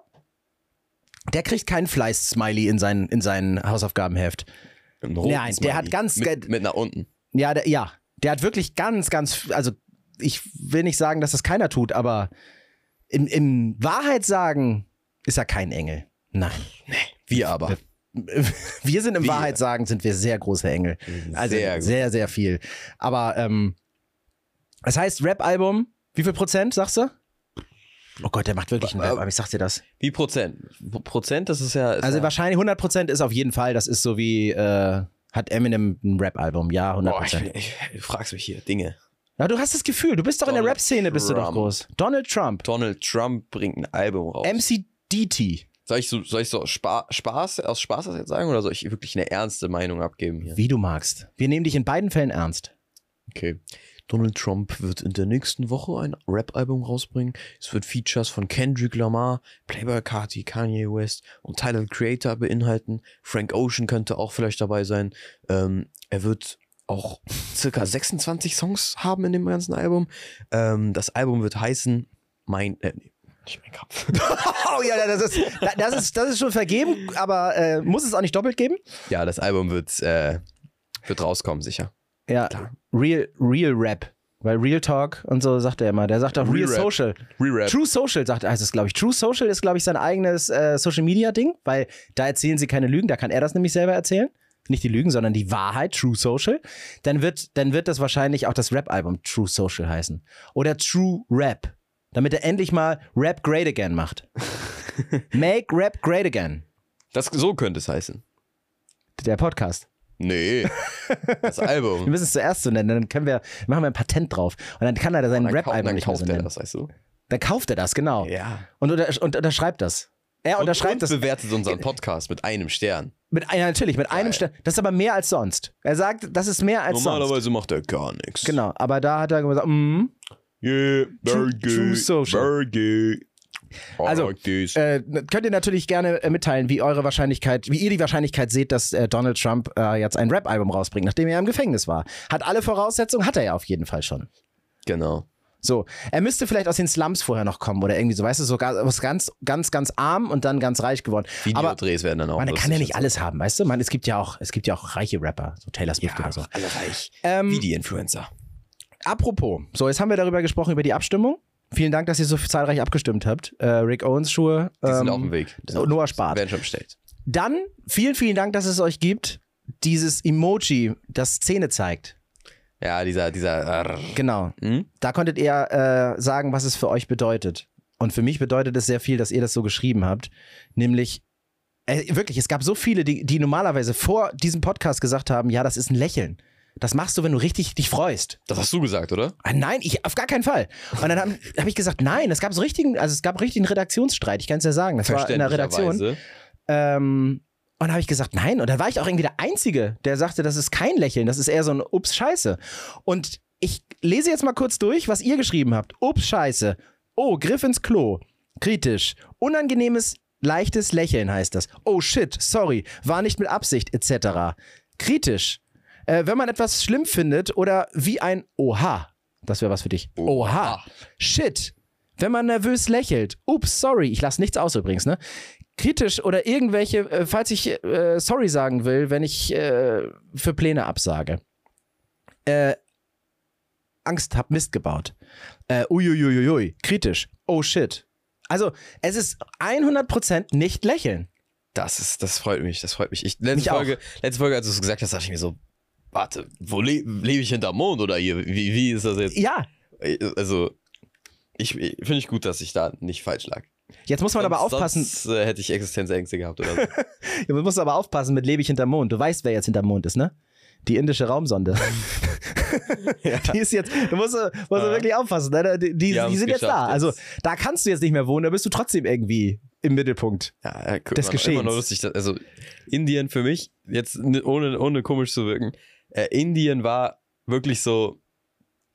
Speaker 1: der kriegt keinen Fleiß-Smiley in sein, in sein Hausaufgabenheft.
Speaker 2: Mit einem roten
Speaker 1: Nein, der hat ganz-
Speaker 2: Mit, mit nach unten.
Speaker 1: Ja, der, ja. Der hat wirklich ganz, ganz, also ich will nicht sagen, dass das keiner tut, aber im, im Wahrheit sagen ist er kein Engel. Nein.
Speaker 2: Wir aber.
Speaker 1: [laughs] wir sind in
Speaker 2: Wir.
Speaker 1: Wahrheit sagen, sind wir sehr große Engel. Also sehr,
Speaker 2: sehr, gut.
Speaker 1: sehr, viel. Aber ähm, das heißt, Rap-Album, wie viel Prozent, sagst du? Oh Gott, der macht wirklich ein
Speaker 2: Äh,
Speaker 1: Rap-Album, ich sag dir das.
Speaker 2: Wie Prozent? Pro- Prozent, das ist ja. Ist
Speaker 1: Also
Speaker 2: ja,
Speaker 1: wahrscheinlich 100 Prozent ist auf jeden Fall, das ist so wie, äh, hat Eminem ein Rap-Album, ja, 100
Speaker 2: boah, ich,
Speaker 1: Prozent.
Speaker 2: bin- ich, du fragst mich hier Dinge.
Speaker 1: Na, du hast das Gefühl, du bist doch in der
Speaker 2: Donald
Speaker 1: Rap-Szene, bist du doch
Speaker 2: Trump. Oh.
Speaker 1: groß. Donald Trump,
Speaker 2: Donald Trump bringt ein Album raus.
Speaker 1: MC DT,
Speaker 2: soll ich so, soll ich so Spa Spaß, aus Spaß das jetzt sagen oder soll ich wirklich eine ernste Meinung abgeben hier?
Speaker 1: wie du magst. Wir nehmen dich in beiden Fällen
Speaker 2: [laughs]
Speaker 1: ernst.
Speaker 2: Okay. Donald Trump wird in der nächsten Woche ein Rap-Album rausbringen. Es wird Features von Kendrick Lamar, Playboy Carti, Kanye West und Tyler the Creator beinhalten. Frank Ocean könnte auch vielleicht dabei sein. Ähm, er wird auch [laughs] circa 26 Songs haben in dem ganzen Album. Ähm, das Album wird heißen Mein. Äh, nee, nicht mein Kopf.
Speaker 1: Oh ja, das ist, da- das ist, das ist schon vergeben, aber äh, muss es auch nicht doppelt geben?
Speaker 2: ja, das Album wird, äh, wird rauskommen, sicher.
Speaker 1: Ja,
Speaker 2: Klar.
Speaker 1: Real, Real Rap. Weil Real Talk und so sagt er immer. Der sagt auch Real,
Speaker 2: Real Rap.
Speaker 1: Social.
Speaker 2: Re-Rap.
Speaker 1: True Social sagt heißt es, glaube ich. True Social ist, glaube ich, sein eigenes äh, Social Media Ding, weil da erzählen sie keine Lügen, da kann er das nämlich selber erzählen. Nicht die Lügen, sondern die Wahrheit, True Social. Dann wird, dann wird das wahrscheinlich auch das Rap-Album True Social heißen. Oder True Rap. Damit er endlich mal Rap Great Again
Speaker 2: [laughs]
Speaker 1: macht. Make Rap Great Again.
Speaker 2: Das, so könnte es heißen.
Speaker 1: Der Podcast.
Speaker 2: [laughs] Nee, das
Speaker 1: Wir
Speaker 2: Album.
Speaker 1: müssen es zuerst so nennen, dann können wir, machen wir ein Patent drauf. Und dann kann er da seinen
Speaker 2: Oh, Dann kau-
Speaker 1: Rap-Album
Speaker 2: dann
Speaker 1: nicht mehr so
Speaker 2: kauft er
Speaker 1: nennen.
Speaker 2: das, weißt du?
Speaker 1: Dann kauft er das, genau.
Speaker 2: Ja.
Speaker 1: Und, unter, und unterschreibt das. Er
Speaker 2: Und,
Speaker 1: unterschreibt
Speaker 2: und
Speaker 1: das
Speaker 2: bewertet unseren Podcast mit einem Stern.
Speaker 1: mit einer, natürlich, mit einem Stern. Das ist aber mehr als sonst. Er sagt, das ist mehr als sonst.
Speaker 2: Normalerweise macht er gar nichts.
Speaker 1: Genau, aber da hat er gesagt, mm,
Speaker 2: Yeah,
Speaker 1: True-
Speaker 2: very good.
Speaker 1: true social.
Speaker 2: Very good. I
Speaker 1: Also,
Speaker 2: like this.
Speaker 1: äh, könnt ihr natürlich gerne äh, mitteilen, wie eure Wahrscheinlichkeit, wie ihr die Wahrscheinlichkeit seht, dass äh, Donald Trump äh, jetzt ein Rap-Album rausbringt, nachdem er im Gefängnis war. Hat alle Voraussetzungen, hat er ja auf jeden Fall schon.
Speaker 2: genau.
Speaker 1: So, er müsste vielleicht aus den Slums vorher noch kommen oder irgendwie so, weißt du, so ga- was ganz, ganz, ganz arm und dann ganz reich geworden. aber
Speaker 2: Videodrehs werden dann auch.
Speaker 1: man kann
Speaker 2: lustig
Speaker 1: ja nicht
Speaker 2: und
Speaker 1: alles haben, weißt du? Man, es gibt ja auch, es gibt ja auch reiche Rapper, so Taylor
Speaker 2: so.
Speaker 1: Swift oder so.
Speaker 2: Ja, alle reich. Wie
Speaker 1: Ähm,
Speaker 2: die Influencer.
Speaker 1: apropos, so jetzt haben wir darüber gesprochen über die Abstimmung. Vielen Dank, dass ihr so zahlreich abgestimmt habt. Äh, Rick Owens Schuhe.
Speaker 2: Die
Speaker 1: ähm,
Speaker 2: sind auf dem Weg. Die sind auf-
Speaker 1: Noah Spart.
Speaker 2: Werden schon bestellt.
Speaker 1: Dann vielen, vielen Dank, dass es euch gibt. Dieses Emoji, das Zähne zeigt.
Speaker 2: Ja, dieser, dieser.
Speaker 1: Genau.
Speaker 2: Hm?
Speaker 1: Da konntet ihr äh, sagen, was es für euch bedeutet. Und für mich bedeutet es sehr viel, dass ihr das so geschrieben habt. Nämlich, äh, wirklich, es gab so viele, die, die normalerweise vor diesem Podcast gesagt haben, ja, das ist ein Lächeln. Das machst du, wenn du richtig dich freust.
Speaker 2: Das hast du gesagt, oder?
Speaker 1: Ah, nein, ich, auf gar keinen Fall. Und dann habe hab ich gesagt, nein, es gab so richtigen, also es gab richtigen Redaktionsstreit, ich kann es ja sagen. Das war in der Redaktion.
Speaker 2: Verständlicherweise.
Speaker 1: Ähm, und habe ich gesagt, nein. Und dann war ich auch irgendwie der Einzige, der sagte, das ist kein Lächeln, das ist eher so ein Ups, Scheiße. Und ich lese jetzt mal kurz durch, was ihr geschrieben habt. Ups, Scheiße. Oh, Griff ins Klo. Kritisch. Unangenehmes, leichtes Lächeln heißt das. Oh, shit, sorry, war nicht mit Absicht, etc. Kritisch. Äh, wenn man etwas schlimm findet oder wie ein Oha. Das wäre was für dich. Oha.
Speaker 2: Oha.
Speaker 1: Shit. Wenn man nervös lächelt. Ups, sorry. Ich lasse nichts aus übrigens, ne? Kritisch oder irgendwelche, äh, falls ich äh, sorry sagen will, wenn ich äh, für Pläne absage. Äh, Angst, hab Mist gebaut. Äh, uiuiuiui, kritisch. Oh shit. Also, es ist 100% nicht lächeln.
Speaker 2: Das ist, das freut mich, das freut mich. Ich, letzte,
Speaker 1: Mich auch.
Speaker 2: Folge, letzte Folge, als du es gesagt hast, dachte ich mir so, warte, wo le lebe ich hinterm Mond oder hier? Wie, wie ist das jetzt?
Speaker 1: Ja,
Speaker 2: Also, ich, ich finde ich gut, dass ich da nicht falsch lag.
Speaker 1: jetzt muss man aber
Speaker 2: Sonst-
Speaker 1: aufpassen.
Speaker 2: [laughs] Sonst äh, hätte ich Existenzängste gehabt
Speaker 1: [laughs]
Speaker 2: oder so.
Speaker 1: Ja, man muss aber aufpassen mit lebe ich hinterm Mond. Du weißt, wer jetzt hinterm Mond ist, ne? Die indische Raumsonde.
Speaker 2: [laughs]
Speaker 1: Die ist jetzt, du musst, äh, musst du
Speaker 2: Ja.
Speaker 1: wirklich aufpassen. ne? Die, die,
Speaker 2: Die
Speaker 1: die
Speaker 2: haben's
Speaker 1: sind jetzt da.
Speaker 2: geschafft jetzt.
Speaker 1: Also da kannst du jetzt nicht mehr wohnen, da bist du trotzdem irgendwie im Mittelpunkt.
Speaker 2: ja, ja, guck,
Speaker 1: Des
Speaker 2: immer noch-
Speaker 1: Geschehens.
Speaker 2: Immer noch lustig, dass, also, Indien für mich, jetzt n- ohne, ohne komisch zu wirken, äh, Indien war wirklich so.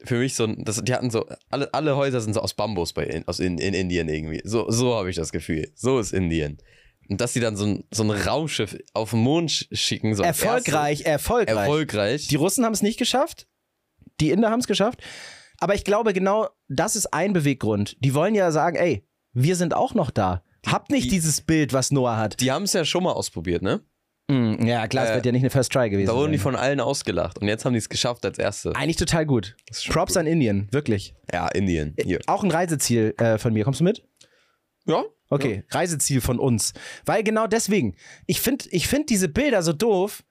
Speaker 2: Für mich so, ein- das, die hatten so, alle, alle Häuser sind so aus Bambus bei, in- aus in, in Indien irgendwie. So, so habe ich das Gefühl. So ist Indien. Und dass sie dann so ein, so ein Raumschiff auf den Mond sch- schicken. So als
Speaker 1: Erfolgreich, erfolgreich.
Speaker 2: erstes- Erfolgreich.
Speaker 1: Die Russen haben es nicht geschafft. Die Inder haben es geschafft. Aber ich glaube, genau das ist ein Beweggrund. Die wollen ja sagen, ey, wir sind auch noch da. Habt nicht
Speaker 2: die-
Speaker 1: dieses Bild, was Noah hat.
Speaker 2: die haben es ja schon mal ausprobiert, ne?
Speaker 1: Mm, ja, klar, es
Speaker 2: Äh,
Speaker 1: wird ja nicht eine First Try gewesen.
Speaker 2: Da wurden die
Speaker 1: sein.
Speaker 2: von allen ausgelacht. Und jetzt haben die es geschafft als Erste.
Speaker 1: Eigentlich total gut.
Speaker 2: Das ist schon
Speaker 1: Props
Speaker 2: cool.
Speaker 1: an Indien, wirklich.
Speaker 2: Ja, Indien. Hier.
Speaker 1: Auch ein Reiseziel äh, von mir. Kommst du mit?
Speaker 2: Ja.
Speaker 1: Okay, Reiseziel von uns. Weil genau deswegen, ich finde ich find diese Bilder so doof,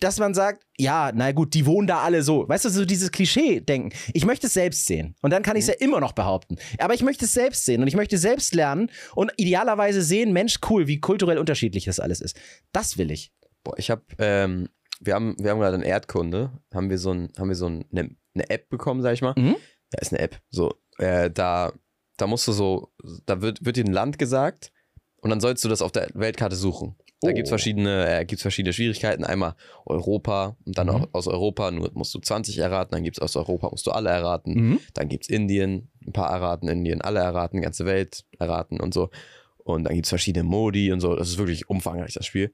Speaker 1: dass man sagt, ja, na gut, die wohnen da alle so. Weißt du, so dieses Klischee-Denken. Ich möchte es selbst sehen. Und dann kann
Speaker 2: Mhm.
Speaker 1: ich es ja immer noch behaupten. Aber ich möchte es selbst sehen und ich möchte selbst lernen und idealerweise sehen, Mensch, cool, wie kulturell unterschiedlich das alles ist. Das will ich.
Speaker 2: Boah, ich habe, ähm, wir haben, wir haben gerade in Erdkunde, haben wir so ein, haben wir so ein, eine, eine App bekommen, sag ich mal.
Speaker 1: Mhm.
Speaker 2: Ja, ist eine App. So, äh, da, da musst du so, da wird, wird dir ein Land gesagt und dann sollst du das auf der Weltkarte suchen. Da
Speaker 1: Oh.
Speaker 2: gibt's verschiedene, äh, gibt's verschiedene Schwierigkeiten. Einmal Europa und dann
Speaker 1: Mhm.
Speaker 2: auch aus Europa nur musst du 20 erraten, dann gibt's aus Europa musst du alle erraten.
Speaker 1: Mhm.
Speaker 2: Dann gibt es Indien, ein paar erraten, Indien, alle erraten, ganze Welt erraten und so. Und dann gibt es verschiedene Modi und so. Das ist wirklich umfangreich, das Spiel.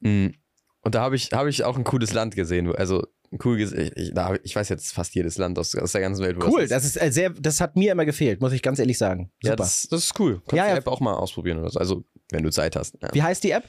Speaker 2: Mm. Und da habe ich, hab ich auch ein cooles Land gesehen. wo- Also, ein cool, ges- ich, ich, da hab, ich- ich weiß jetzt fast jedes Land aus, aus der ganzen Welt. wo
Speaker 1: Cool,
Speaker 2: das
Speaker 1: das ist
Speaker 2: ist.
Speaker 1: äh, sehr, das hat mir immer gefehlt, muss ich ganz ehrlich sagen. Super.
Speaker 2: Ja, das, das ist cool. Kannst
Speaker 1: Ja,
Speaker 2: die
Speaker 1: ja.
Speaker 2: App auch mal ausprobieren oder so. Also, wenn du Zeit hast. Ja.
Speaker 1: Wie heißt die App?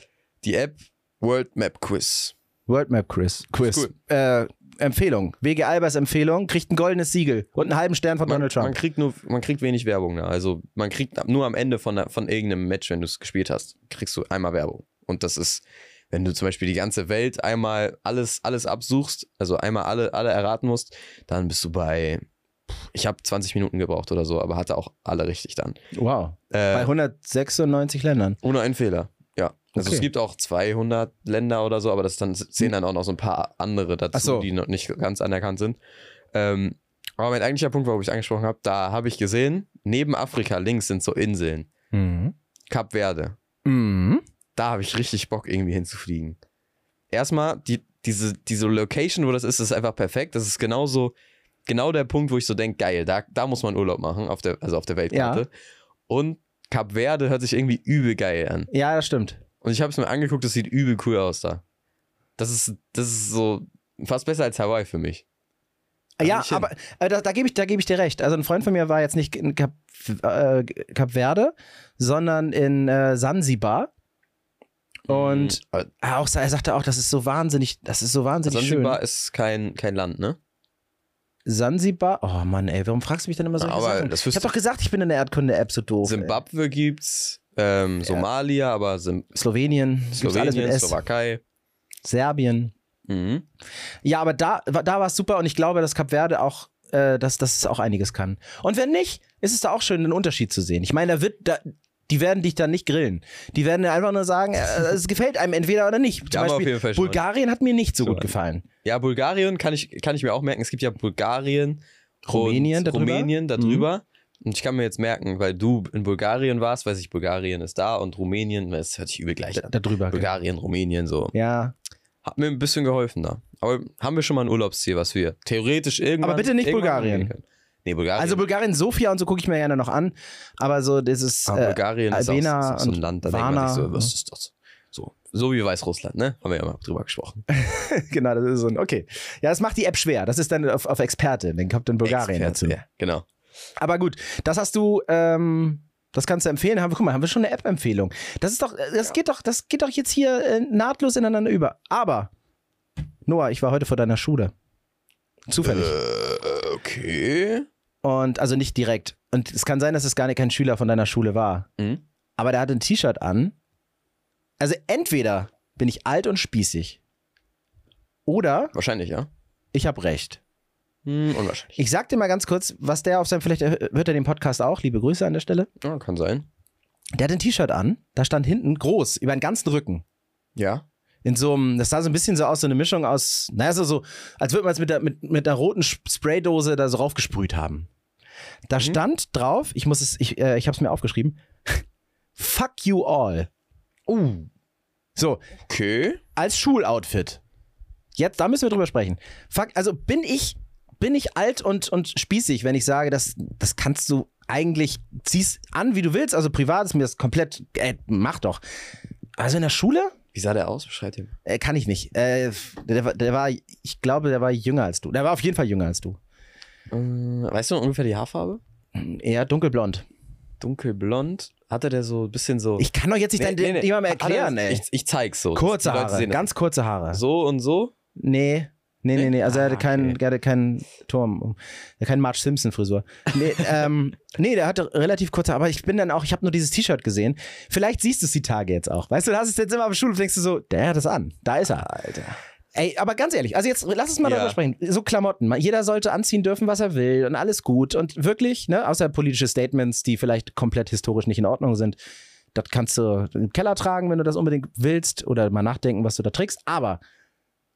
Speaker 2: Die App World Map Quiz.
Speaker 1: World Map Quiz. Quiz.
Speaker 2: Cool.
Speaker 1: Äh, Empfehlung. WG Albers Empfehlung. Kriegt ein goldenes Siegel und einen halben Stern von
Speaker 2: Man,
Speaker 1: Donald
Speaker 2: man,
Speaker 1: Trump.
Speaker 2: kriegt nur, man kriegt wenig Werbung. Ne? Also, man kriegt ab- nur am Ende von, der- von irgendeinem Match, wenn du es gespielt hast, kriegst du einmal Werbung. Und das ist, wenn du zum Beispiel die ganze Welt einmal alles, alles absuchst, also einmal alle, alle erraten musst, dann bist du bei. pff, Ich habe 20 Minuten gebraucht oder so, aber hatte auch alle richtig dann.
Speaker 1: wow. Bei
Speaker 2: Äh,
Speaker 1: 196 Ländern.
Speaker 2: ohne einen Fehler. Ja. Also
Speaker 1: Okay.
Speaker 2: es gibt auch 200 Länder oder so, aber das dann zählen dann auch noch so ein paar andere dazu,
Speaker 1: Ach so.
Speaker 2: die noch nicht ganz anerkannt sind. Ähm, aber mein eigentlicher Punkt, warum ich angesprochen habe, da habe ich gesehen, neben Afrika links sind so Inseln.
Speaker 1: Mhm.
Speaker 2: Kap Verde.
Speaker 1: Mhm.
Speaker 2: Da habe ich richtig Bock, irgendwie hinzufliegen. Erstmal, die, diese, diese Location, wo das ist, ist einfach perfekt. Das ist genauso, genau der Punkt, wo ich so denke, geil, da, da muss man Urlaub machen, auf der, also auf der Weltkarte. Und Kap Verde hört sich irgendwie übel geil an.
Speaker 1: Ja, das stimmt.
Speaker 2: Und ich habe es mir angeguckt, das sieht übel cool aus da. Das ist, das ist so fast besser als Hawaii für mich. Kann
Speaker 1: ja,
Speaker 2: ich hin.
Speaker 1: aber äh, da, da gebe ich, da geb ich dir recht. Also ein Freund von mir war jetzt nicht in Kap, äh, Kap Verde, sondern in äh, Sansibar. Und
Speaker 2: Mhm. Aber
Speaker 1: auch, er sagte auch, das ist so wahnsinnig, das ist so wahnsinnig
Speaker 2: Sansibar
Speaker 1: schön.
Speaker 2: ist kein, kein Land, ne?
Speaker 1: Sansibar, oh Mann, ey, warum fragst du mich denn immer so
Speaker 2: Aber
Speaker 1: Sachen?
Speaker 2: das
Speaker 1: Ich hab
Speaker 2: wüsste
Speaker 1: doch gesagt, ich bin in der Erdkunde-App so doof. ey.
Speaker 2: Simbabwe gibt's, ähm, Somalia, aber Sim
Speaker 1: Slowenien, gibt's alles mit
Speaker 2: Slowenien,
Speaker 1: S.
Speaker 2: Slowakei.
Speaker 1: Serbien.
Speaker 2: Mhm.
Speaker 1: Ja, aber da, da war es super und ich glaube, dass Kap Verde auch, äh, dass, dass es auch einiges kann. Und wenn nicht, ist es da auch schön, einen Unterschied zu sehen. Ich meine, da wird, da, die werden dich dann nicht grillen. Die werden dir einfach nur sagen, äh, es gefällt einem entweder oder
Speaker 2: [laughs]
Speaker 1: nicht. Zum
Speaker 2: Ja, aber auf
Speaker 1: Beispiel,
Speaker 2: jeden Fall schon.
Speaker 1: Bulgarien hat mir nicht so
Speaker 2: Schon.
Speaker 1: gut gefallen.
Speaker 2: Ja, Bulgarien kann ich, kann ich mir auch merken. Es gibt ja Bulgarien,
Speaker 1: Rumänien
Speaker 2: und
Speaker 1: darüber.
Speaker 2: Rumänien
Speaker 1: Mhm.
Speaker 2: darüber. Und ich kann mir jetzt merken, weil du in Bulgarien warst, weiß ich, Bulgarien ist da und Rumänien, das hört sich übel gleich an.
Speaker 1: Da drüber.
Speaker 2: Bulgarien, Rumänien, so.
Speaker 1: Ja.
Speaker 2: Hat mir ein bisschen geholfen da. Aber haben wir schon mal ein Urlaubsziel, was wir theoretisch irgendwann.
Speaker 1: Aber bitte nicht
Speaker 2: irgendwann
Speaker 1: Bulgarien.
Speaker 2: angehen können. Nee, Bulgarien.
Speaker 1: Also Bulgarien, Sofia und so gucke ich mir gerne noch an. Aber so, das ist.
Speaker 2: Aber
Speaker 1: Äh,
Speaker 2: Ah, Bulgarien ist,
Speaker 1: Albena
Speaker 2: auch, so- ist auch so ein
Speaker 1: und
Speaker 2: Land, da denkt man sich so,
Speaker 1: Varna, ne?
Speaker 2: was ist das? So, so wie Weißrussland, ne? Haben wir ja mal drüber gesprochen.
Speaker 1: [laughs] genau, das ist so ein. Okay. Ja, das macht die App schwer. Das ist dann auf, auf Experte. Dann kommt dann Bulgarien
Speaker 2: Expert,
Speaker 1: dazu.
Speaker 2: Ja, genau.
Speaker 1: Aber gut, das hast du, ähm, das kannst du empfehlen. Haben wir, guck mal, haben wir schon eine App-Empfehlung. Das ist doch, äh, das geht doch, das geht doch jetzt hier äh, nahtlos ineinander über. Aber, Noah, ich war heute vor deiner Schule. Zufällig.
Speaker 2: Äh, okay.
Speaker 1: Und also nicht direkt. Und es kann sein, dass es gar nicht kein Schüler von deiner Schule war.
Speaker 2: Mhm.
Speaker 1: Aber der hatte ein T-Shirt an. Also entweder bin ich alt und spießig. Oder
Speaker 2: Wahrscheinlich, ja.
Speaker 1: ich habe recht.
Speaker 2: Hm, unwahrscheinlich.
Speaker 1: Ich sag dir mal ganz kurz, was der auf seinem, vielleicht hört er den Podcast auch, liebe Grüße an der Stelle.
Speaker 2: Ja, kann sein.
Speaker 1: Der hat ein T-Shirt an, da stand hinten groß, über den ganzen Rücken.
Speaker 2: Ja.
Speaker 1: In so einem, das sah so ein bisschen so aus, so eine Mischung aus, naja, so, so als würde man es mit der, mit, mit der roten Sp- Spraydose da so raufgesprüht haben. Da stand drauf, ich muss es, ich, äh, ich habe es mir aufgeschrieben, [laughs] fuck you all.
Speaker 2: Uh.
Speaker 1: So,
Speaker 2: Okay.
Speaker 1: als Schuloutfit. Jetzt, da müssen wir drüber sprechen. Fuck, also bin ich, bin ich alt und, und spießig, wenn ich sage, das, das kannst du eigentlich, ziehst an, wie du willst, also privat ist mir das komplett, ey, mach doch. Also in der Schule?
Speaker 2: Wie sah der aus? Beschreibt ihn.
Speaker 1: Äh, kann ich nicht. Äh, der, war- der war, ich glaube, der war jünger als du. Der war auf jeden Fall jünger als du.
Speaker 2: Äh, weißt du noch ungefähr die Haarfarbe?
Speaker 1: Eher dunkelblond.
Speaker 2: Dunkelblond. Hatte der so ein bisschen so.
Speaker 1: Ich kann doch jetzt nicht dein Ding niemandem erklären,
Speaker 2: Hat er-
Speaker 1: ey.
Speaker 2: Ich, ich zeig's so.
Speaker 1: kurze
Speaker 2: Die Leute
Speaker 1: Haare,
Speaker 2: sehen das.
Speaker 1: ganz kurze Haare.
Speaker 2: So und so.
Speaker 1: Nee, Nee, nee, nee, also er hatte
Speaker 2: Ah,
Speaker 1: keinen,
Speaker 2: okay.
Speaker 1: er hatte keinen Turm, um, er hatte keinen Marge Simpson Frisur.
Speaker 2: [laughs]
Speaker 1: Nee, ähm, nee, der hatte relativ kurze, aber ich bin dann auch, ich habe nur dieses T-Shirt gesehen. Vielleicht siehst du es die Tage jetzt auch. Weißt du, du hast es jetzt immer am Schulhof, denkst du so, der hat es an, da ist er.
Speaker 2: Alter.
Speaker 1: Ey, aber ganz ehrlich, also jetzt lass uns mal
Speaker 2: Ja.
Speaker 1: darüber sprechen. So Klamotten, man- jeder sollte anziehen dürfen, was er will und alles gut und wirklich, ne, außer politische Statements, die vielleicht komplett historisch nicht in Ordnung sind. Das kannst du im Keller tragen, wenn du das unbedingt willst oder mal nachdenken, was du da trägst, aber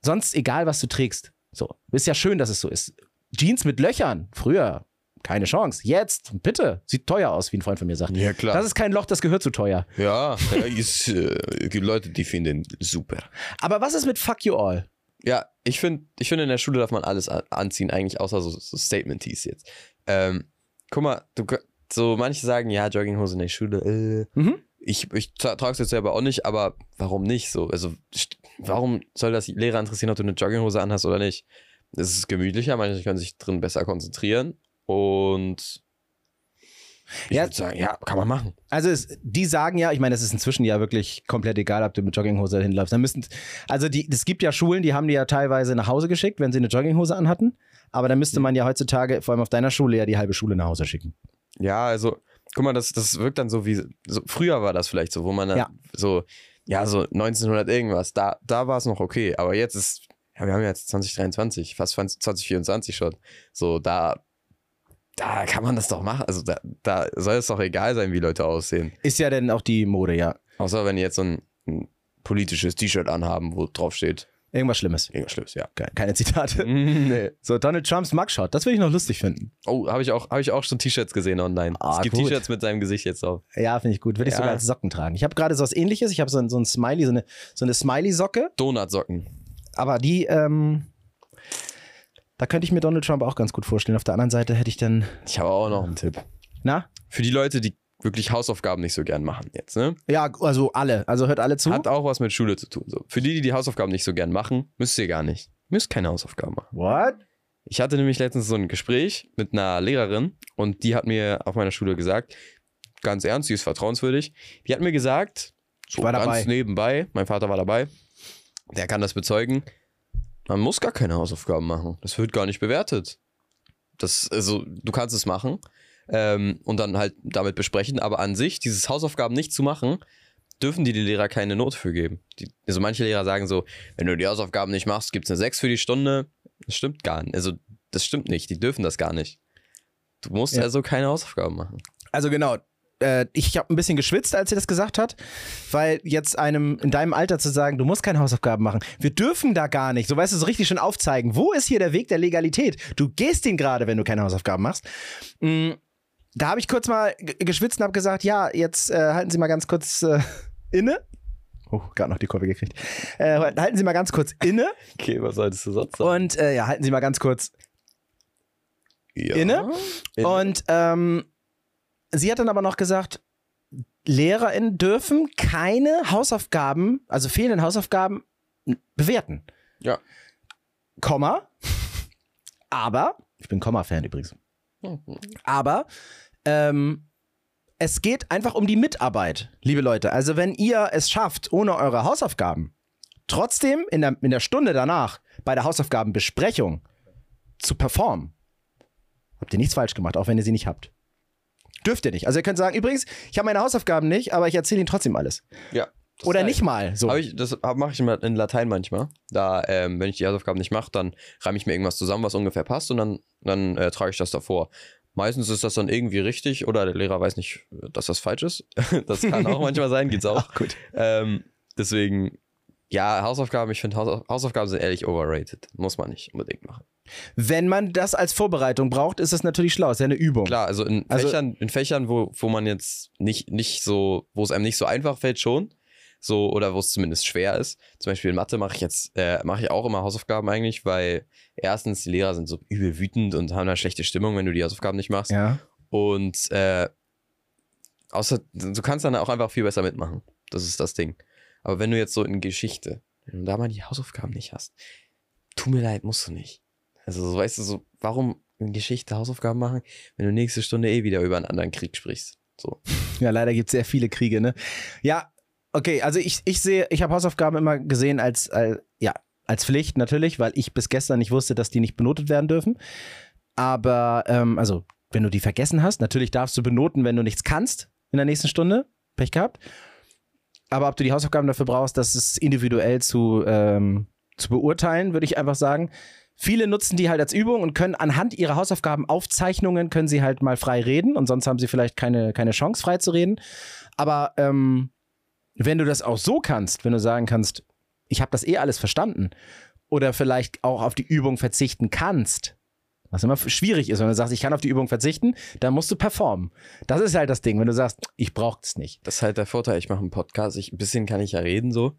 Speaker 1: sonst egal, was du trägst. So, ist ja schön, dass es so ist. Jeans mit Löchern, früher keine Chance. Jetzt, bitte, sieht teuer aus, wie ein Freund von mir sagt.
Speaker 2: Ja, klar.
Speaker 1: Das ist kein Loch, das gehört zu teuer.
Speaker 2: ja, ja, ist, äh, gibt Leute, die finden super.
Speaker 1: Aber was ist mit Fuck You All?
Speaker 2: Ja, ich finde, ich find, in der Schule darf man alles a- anziehen, eigentlich, außer so, so Statement-Tees jetzt. Ähm, guck mal, du, kö- so manche sagen, ja, Jogginghose in der Schule, äh.
Speaker 1: Mhm.
Speaker 2: Ich, ich trage es jetzt selber auch nicht, aber warum nicht so? Also, st- warum soll das die Lehrer interessieren, ob du eine Jogginghose anhast oder nicht? Es ist gemütlicher, manche können sich drin besser konzentrieren und ich
Speaker 1: Ja.
Speaker 2: würde sagen, ja, kann man machen.
Speaker 1: Also es, die sagen ja, ich meine, es ist inzwischen ja wirklich komplett egal, ob du mit Jogginghose hinläufst. Dann müssen, also die, es gibt ja Schulen, die haben die ja teilweise nach Hause geschickt, wenn sie eine Jogginghose anhatten. Aber dann
Speaker 2: Mhm.
Speaker 1: müsste man ja heutzutage, vor allem auf deiner Schule, ja die halbe Schule nach Hause schicken.
Speaker 2: Ja, also, guck mal, das, das wirkt dann so wie, so, früher war das vielleicht so, wo man dann
Speaker 1: Ja.
Speaker 2: so, ja, so 1900 irgendwas, da, da war es noch okay, aber jetzt ist, ja, wir haben ja jetzt 2023, fast 20 2024 schon, so, da, da kann man das doch machen, also da, da soll es doch egal sein, wie Leute aussehen,
Speaker 1: Ist ja dann auch die Mode, ja.
Speaker 2: außer wenn die jetzt so ein, ein politisches T-Shirt anhaben, wo drauf steht,
Speaker 1: Irgendwas Schlimmes.
Speaker 2: irgendwas Schlimmes, ja.
Speaker 1: Ke- Keine Zitate.
Speaker 2: Mm, [laughs] nee.
Speaker 1: So, Donald Trumps Mugshot, das würde ich noch lustig finden.
Speaker 2: Oh, habe ich, auch- hab ich auch schon T-Shirts gesehen online.
Speaker 1: Ah,
Speaker 2: es gibt
Speaker 1: gut.
Speaker 2: T-Shirts mit seinem Gesicht jetzt drauf.
Speaker 1: Ja, finde ich gut. Würde ich
Speaker 2: Ja.
Speaker 1: sogar als Socken tragen. Ich habe gerade so was ähnliches. Ich habe so ein, so ein Smiley, so eine, so eine Smiley-Socke.
Speaker 2: Donutsocken.
Speaker 1: Aber die, ähm, da könnte ich mir Donald Trump auch ganz gut vorstellen. Auf der anderen Seite hätte ich dann,
Speaker 2: Ich habe auch noch einen Tipp.
Speaker 1: na?
Speaker 2: für die Leute, die wirklich Hausaufgaben nicht so gern machen jetzt, ne?
Speaker 1: Ja, also alle. Also hört alle zu.
Speaker 2: Hat auch was mit Schule zu tun. So. Für die, die die Hausaufgaben nicht so gern machen, müsst ihr gar nicht. Müsst keine Hausaufgaben machen.
Speaker 1: What?
Speaker 2: Ich hatte nämlich letztens so ein Gespräch mit einer Lehrerin und die hat mir auf meiner Schule gesagt, ganz ernst, die ist vertrauenswürdig, die hat mir gesagt, so
Speaker 1: Ich war
Speaker 2: ganz
Speaker 1: dabei.
Speaker 2: nebenbei, mein Vater war dabei, der kann das bezeugen, man muss gar keine Hausaufgaben machen. Das wird gar nicht bewertet. Das, also, du kannst es machen ähm, und dann halt damit besprechen, aber an sich, dieses Hausaufgaben nicht zu machen, dürfen die, die Lehrer keine Note für geben. Die, also manche Lehrer sagen so, wenn du die Hausaufgaben nicht machst, gibt es eine 6 für die Stunde. Das stimmt gar nicht. Also das stimmt nicht. Die dürfen das gar nicht. Du musst
Speaker 1: Ja.
Speaker 2: also keine Hausaufgaben machen.
Speaker 1: Also genau. äh, Ich habe ein bisschen geschwitzt, als sie das gesagt hat, weil jetzt einem in deinem Alter zu sagen, du musst keine Hausaufgaben machen, wir dürfen da gar nicht, so weißt du, so richtig schon aufzeigen, wo ist hier der Weg der Legalität? Du gehst den gerade, wenn du keine Hausaufgaben machst. Mm, Da habe ich kurz mal g- geschwitzt und habe gesagt, ja, jetzt äh, halten Sie mal ganz kurz äh, inne. Oh, gerade noch die Kurve gekriegt. Äh, halten Sie mal ganz kurz
Speaker 2: [laughs]
Speaker 1: inne
Speaker 2: Okay, was solltest du sonst
Speaker 1: und äh, ja, halten Sie mal ganz kurz
Speaker 2: ja.
Speaker 1: Inne? Und ähm, sie hat dann aber noch gesagt, LehrerInnen dürfen keine Hausaufgaben, also fehlenden Hausaufgaben, n- bewerten.
Speaker 2: Ja.
Speaker 1: Komma. Aber, ich bin Komma-Fan übrigens, aber ähm, es geht einfach um die Mitarbeit, liebe Leute. Also wenn ihr es schafft, ohne eure Hausaufgaben, trotzdem in der, in der Stunde danach bei der Hausaufgabenbesprechung zu performen, habt ihr nichts falsch gemacht, auch wenn ihr sie nicht habt. Dürft ihr nicht. Also ihr könnt sagen, übrigens, ich habe meine Hausaufgaben nicht, aber ich erzähle ihnen trotzdem alles.
Speaker 2: Ja. Das
Speaker 1: Oder
Speaker 2: reicht.
Speaker 1: nicht mal. So.
Speaker 2: Hab ich, das mache ich immer in Latein manchmal. Da, ähm, wenn ich die Hausaufgaben nicht mache, dann reime ich mir irgendwas zusammen, was ungefähr passt und dann, dann äh, trage ich das davor. Meistens ist das dann irgendwie richtig oder der Lehrer weiß nicht, dass das falsch ist. [laughs] Das kann auch manchmal sein,
Speaker 1: [laughs]
Speaker 2: geht's auch.
Speaker 1: Ach, gut.
Speaker 2: Ähm, deswegen, ja, Hausaufgaben, ich finde Hausauf Hausaufgaben sind ehrlich overrated. Muss man nicht unbedingt machen.
Speaker 1: Wenn man das als Vorbereitung braucht, ist das natürlich schlau. Ist ja eine Übung.
Speaker 2: Klar, also in
Speaker 1: Also-
Speaker 2: Fächern, in Fächern wo, wo man jetzt nicht, nicht so, wo es einem nicht so einfach fällt, schon. So, oder wo es zumindest schwer ist. Zum Beispiel in Mathe mache ich jetzt, äh, mache ich auch immer Hausaufgaben eigentlich, weil erstens die Lehrer sind so übel wütend und haben da schlechte Stimmung, wenn du die Hausaufgaben nicht machst.
Speaker 1: Ja.
Speaker 2: Und äh, außer, du kannst dann auch einfach viel besser mitmachen. Das ist das Ding. Aber wenn du jetzt so in Geschichte, wenn du da mal die Hausaufgaben nicht hast, tu mir leid, musst du nicht. Also, so, weißt du, so, warum in Geschichte Hausaufgaben machen, wenn du nächste Stunde eh wieder über einen anderen Krieg sprichst? So.
Speaker 1: Ja, leider gibt es sehr viele Kriege, ne? Ja, okay, also ich, ich sehe, ich habe Hausaufgaben immer gesehen als, als ja, als Pflicht natürlich, weil ich bis gestern nicht wusste, dass die nicht benotet werden dürfen. Aber, ähm, also, wenn du die vergessen hast, natürlich darfst du benoten, wenn du nichts kannst in der nächsten Stunde. Pech gehabt. Aber ob du die Hausaufgaben dafür brauchst, das ist individuell zu, ähm, zu beurteilen, würde ich einfach sagen. Viele nutzen die halt als Übung und können anhand ihrer Hausaufgaben, Aufzeichnungen, können sie halt mal frei reden und sonst haben sie vielleicht keine, keine Chance, frei zu reden. Aber ähm, wenn du das auch so kannst, wenn du sagen kannst, ich habe das eh alles verstanden, oder vielleicht auch auf die Übung verzichten kannst, was immer schwierig ist, wenn du sagst, ich kann auf die Übung verzichten, dann musst du performen. Das ist halt das Ding, wenn du sagst, ich brauche es nicht.
Speaker 2: Das ist halt der Vorteil. Ich mache einen Podcast, ich, ein bisschen kann ich ja reden so.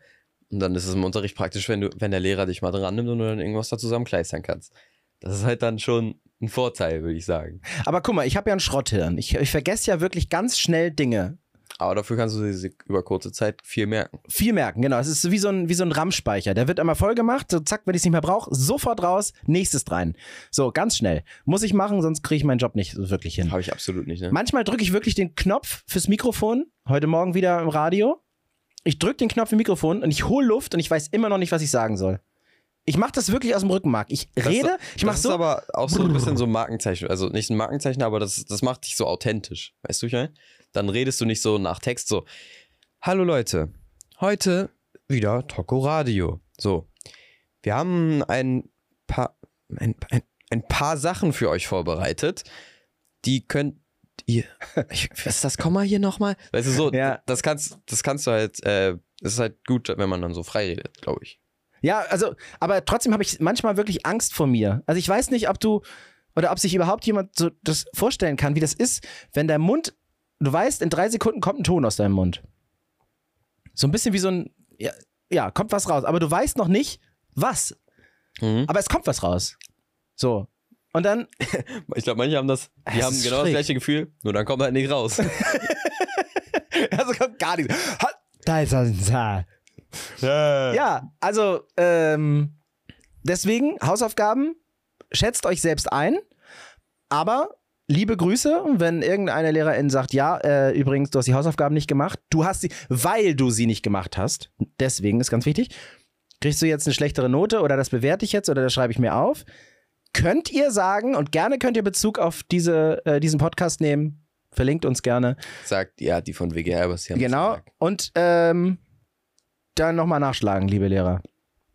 Speaker 2: Und dann ist es im Unterricht praktisch, wenn, du, wenn der Lehrer dich mal dran nimmt und du dann irgendwas da zusammenkleistern kannst. Das ist halt dann schon ein Vorteil, würde ich sagen.
Speaker 1: Aber guck mal, ich habe ja ein Schrotthirn. Ich, ich vergesse ja wirklich ganz schnell Dinge.
Speaker 2: Aber dafür kannst du sie über kurze Zeit viel merken.
Speaker 1: Viel merken, genau. Es ist wie so ein, wie so ein RAM-Speicher. Der wird einmal voll gemacht, so zack, wenn ich es nicht mehr brauche, sofort raus, nächstes rein. So, ganz schnell. Muss ich machen, sonst kriege ich meinen Job nicht so wirklich hin.
Speaker 2: Habe ich absolut nicht, ne?
Speaker 1: Manchmal drücke ich wirklich den Knopf fürs Mikrofon, heute Morgen wieder im Radio. Ich drücke den Knopf im Mikrofon und ich hole Luft und ich weiß immer noch nicht, was ich sagen soll. Ich mache das wirklich aus dem Rückenmark. Ich rede, ich mache
Speaker 2: das
Speaker 1: so.
Speaker 2: ist aber auch so ein
Speaker 1: [laughs]
Speaker 2: bisschen so ein Markenzeichen. Also nicht ein Markenzeichen, aber das, das macht dich so authentisch. Weißt du, ich meine? Dann redest du nicht so nach Text so. Hallo Leute, heute wieder Toko Radio. So, wir haben ein paar, ein, ein, ein paar Sachen für euch vorbereitet. Die könnt
Speaker 1: [laughs]
Speaker 2: ihr. Ich, was ist das Komma hier nochmal? Weißt du, so,
Speaker 1: Ja.
Speaker 2: das, kannst, das kannst du halt. Äh, es ist halt gut, wenn man dann so frei redet, glaube ich.
Speaker 1: Ja, also, aber trotzdem habe ich manchmal wirklich Angst vor mir. Also ich weiß nicht, ob du oder ob sich überhaupt jemand so das vorstellen kann, wie das ist, wenn dein Mund, du weißt, in drei Sekunden kommt ein Ton aus deinem Mund. So ein bisschen wie so ein, ja, ja kommt was raus, aber du weißt noch nicht, was.
Speaker 2: Mhm.
Speaker 1: Aber es kommt was raus. So. Und dann,
Speaker 2: Ich glaube, manche haben das. Die
Speaker 1: Es
Speaker 2: haben
Speaker 1: ist
Speaker 2: genau
Speaker 1: schräg.
Speaker 2: das gleiche Gefühl, nur dann kommt halt
Speaker 1: [laughs]
Speaker 2: nicht raus. [laughs]
Speaker 1: also kommt gar nichts. Ha,
Speaker 3: Da ist das. Da.
Speaker 2: ja.
Speaker 1: Ja, also ähm, deswegen Hausaufgaben, schätzt euch selbst ein, aber liebe Grüße, wenn irgendeine Lehrerin sagt, ja, äh, übrigens, du hast die Hausaufgaben nicht gemacht, du hast sie, weil du sie nicht gemacht hast, deswegen ist ganz wichtig, kriegst du jetzt eine schlechtere Note oder das bewerte ich jetzt oder das schreibe ich mir auf, könnt ihr sagen und gerne könnt ihr Bezug auf diese, äh, diesen Podcast nehmen, verlinkt uns gerne,
Speaker 2: Sagt, ja, die von WG Albers. die haben
Speaker 1: genau,
Speaker 2: das gesagt.
Speaker 1: und ähm, dann nochmal nachschlagen, liebe Lehrer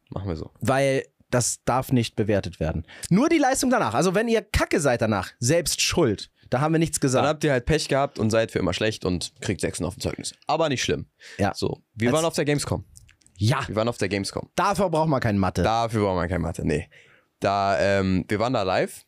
Speaker 2: Machen wir so.
Speaker 1: weil das darf nicht bewertet werden. Nur die Leistung danach. Also wenn ihr Kacke seid danach, selbst schuld. Da haben wir nichts
Speaker 2: Dann
Speaker 1: gesagt.
Speaker 2: habt ihr halt Pech gehabt und seid für immer schlecht und kriegt Sechsen auf dem Zeugnis. Aber nicht schlimm.
Speaker 1: Ja.
Speaker 2: So. Wir
Speaker 1: Als-
Speaker 2: waren auf der Gamescom.
Speaker 1: Ja,
Speaker 2: Wir waren auf der Gamescom.
Speaker 1: dafür braucht man keine Mathe.
Speaker 2: Dafür brauchen wir keine Mathe. Nee. Da, ähm, wir waren da live.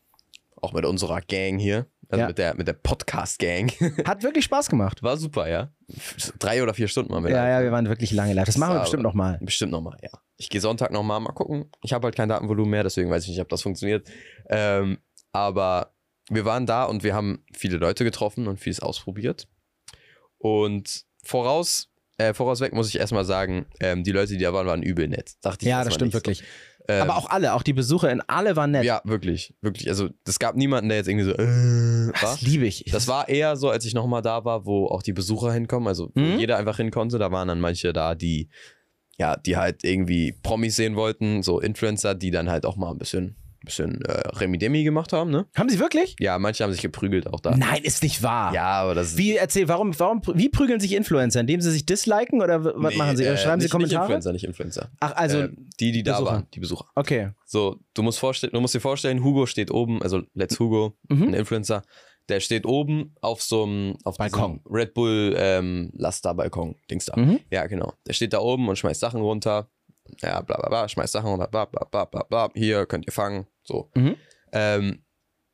Speaker 2: Auch mit unserer Gang hier. Also
Speaker 1: Ja.
Speaker 2: mit der, mit der Podcast-Gang. [laughs]
Speaker 1: Hat wirklich Spaß gemacht.
Speaker 2: War super, ja. F- Drei oder vier Stunden waren wir da.
Speaker 1: Ja, ja, wir waren wirklich lange live. Das machen wir
Speaker 2: Aber-
Speaker 1: bestimmt nochmal.
Speaker 2: Bestimmt nochmal, ja. Ich gehe Sonntag nochmal mal gucken. Ich habe halt kein Datenvolumen mehr, deswegen weiß ich nicht, ob das funktioniert. Ähm, aber wir waren da und wir haben viele Leute getroffen und vieles ausprobiert. Und voraus, äh, vorausweg muss ich erstmal sagen, ähm, die Leute, die da waren, waren übel nett. Dachte ich
Speaker 1: Ja, das
Speaker 2: erstmal
Speaker 1: stimmt
Speaker 2: nicht
Speaker 1: wirklich.
Speaker 2: so. Ähm,
Speaker 1: Aber auch alle, auch die Besucher in alle waren nett.
Speaker 2: Ja, wirklich, wirklich. Also es gab niemanden, der jetzt irgendwie so äh, war.
Speaker 1: das liebe ich.
Speaker 2: Das war eher so, als ich nochmal da war, wo auch die Besucher hinkommen, also wo
Speaker 1: Mhm.
Speaker 2: jeder einfach hin konnte. Da waren dann manche da, die, ja, die halt irgendwie Promis sehen wollten, so Influencer, die dann halt auch mal ein bisschen, bisschen äh, Remi-Demi gemacht haben, ne?
Speaker 1: haben sie wirklich?
Speaker 2: Ja, manche haben sich geprügelt auch da.
Speaker 1: Nein, ist nicht wahr.
Speaker 2: Ja, aber das ist.
Speaker 1: Wie erzähl, warum, warum, wie prügeln sich Influencer? Indem sie sich disliken oder w- was
Speaker 2: Nee,
Speaker 1: machen sie? Oder
Speaker 2: äh,
Speaker 1: schreiben
Speaker 2: nicht,
Speaker 1: sie Kommentare?
Speaker 2: Nicht Influencer, nicht Influencer.
Speaker 1: Ach, also,
Speaker 2: Äh, die, die da
Speaker 1: Besucher.
Speaker 2: waren, die Besucher.
Speaker 1: okay.
Speaker 2: So, du musst, vorstell- du musst dir vorstellen, Hugo steht oben, also Let's Hugo, ein
Speaker 1: Mhm.
Speaker 2: Influencer, der steht oben auf so einem auf diesem
Speaker 1: Balkon.
Speaker 2: Red Bull ähm, Laster-Balkon, Dings da.
Speaker 1: Mhm.
Speaker 2: Ja, genau. Der steht da oben und schmeißt Sachen runter. Ja, bla bla bla, schmeißt Sachen runter, bla bla bla bla bla. Hier könnt ihr fangen. So.
Speaker 1: Mhm.
Speaker 2: Ähm,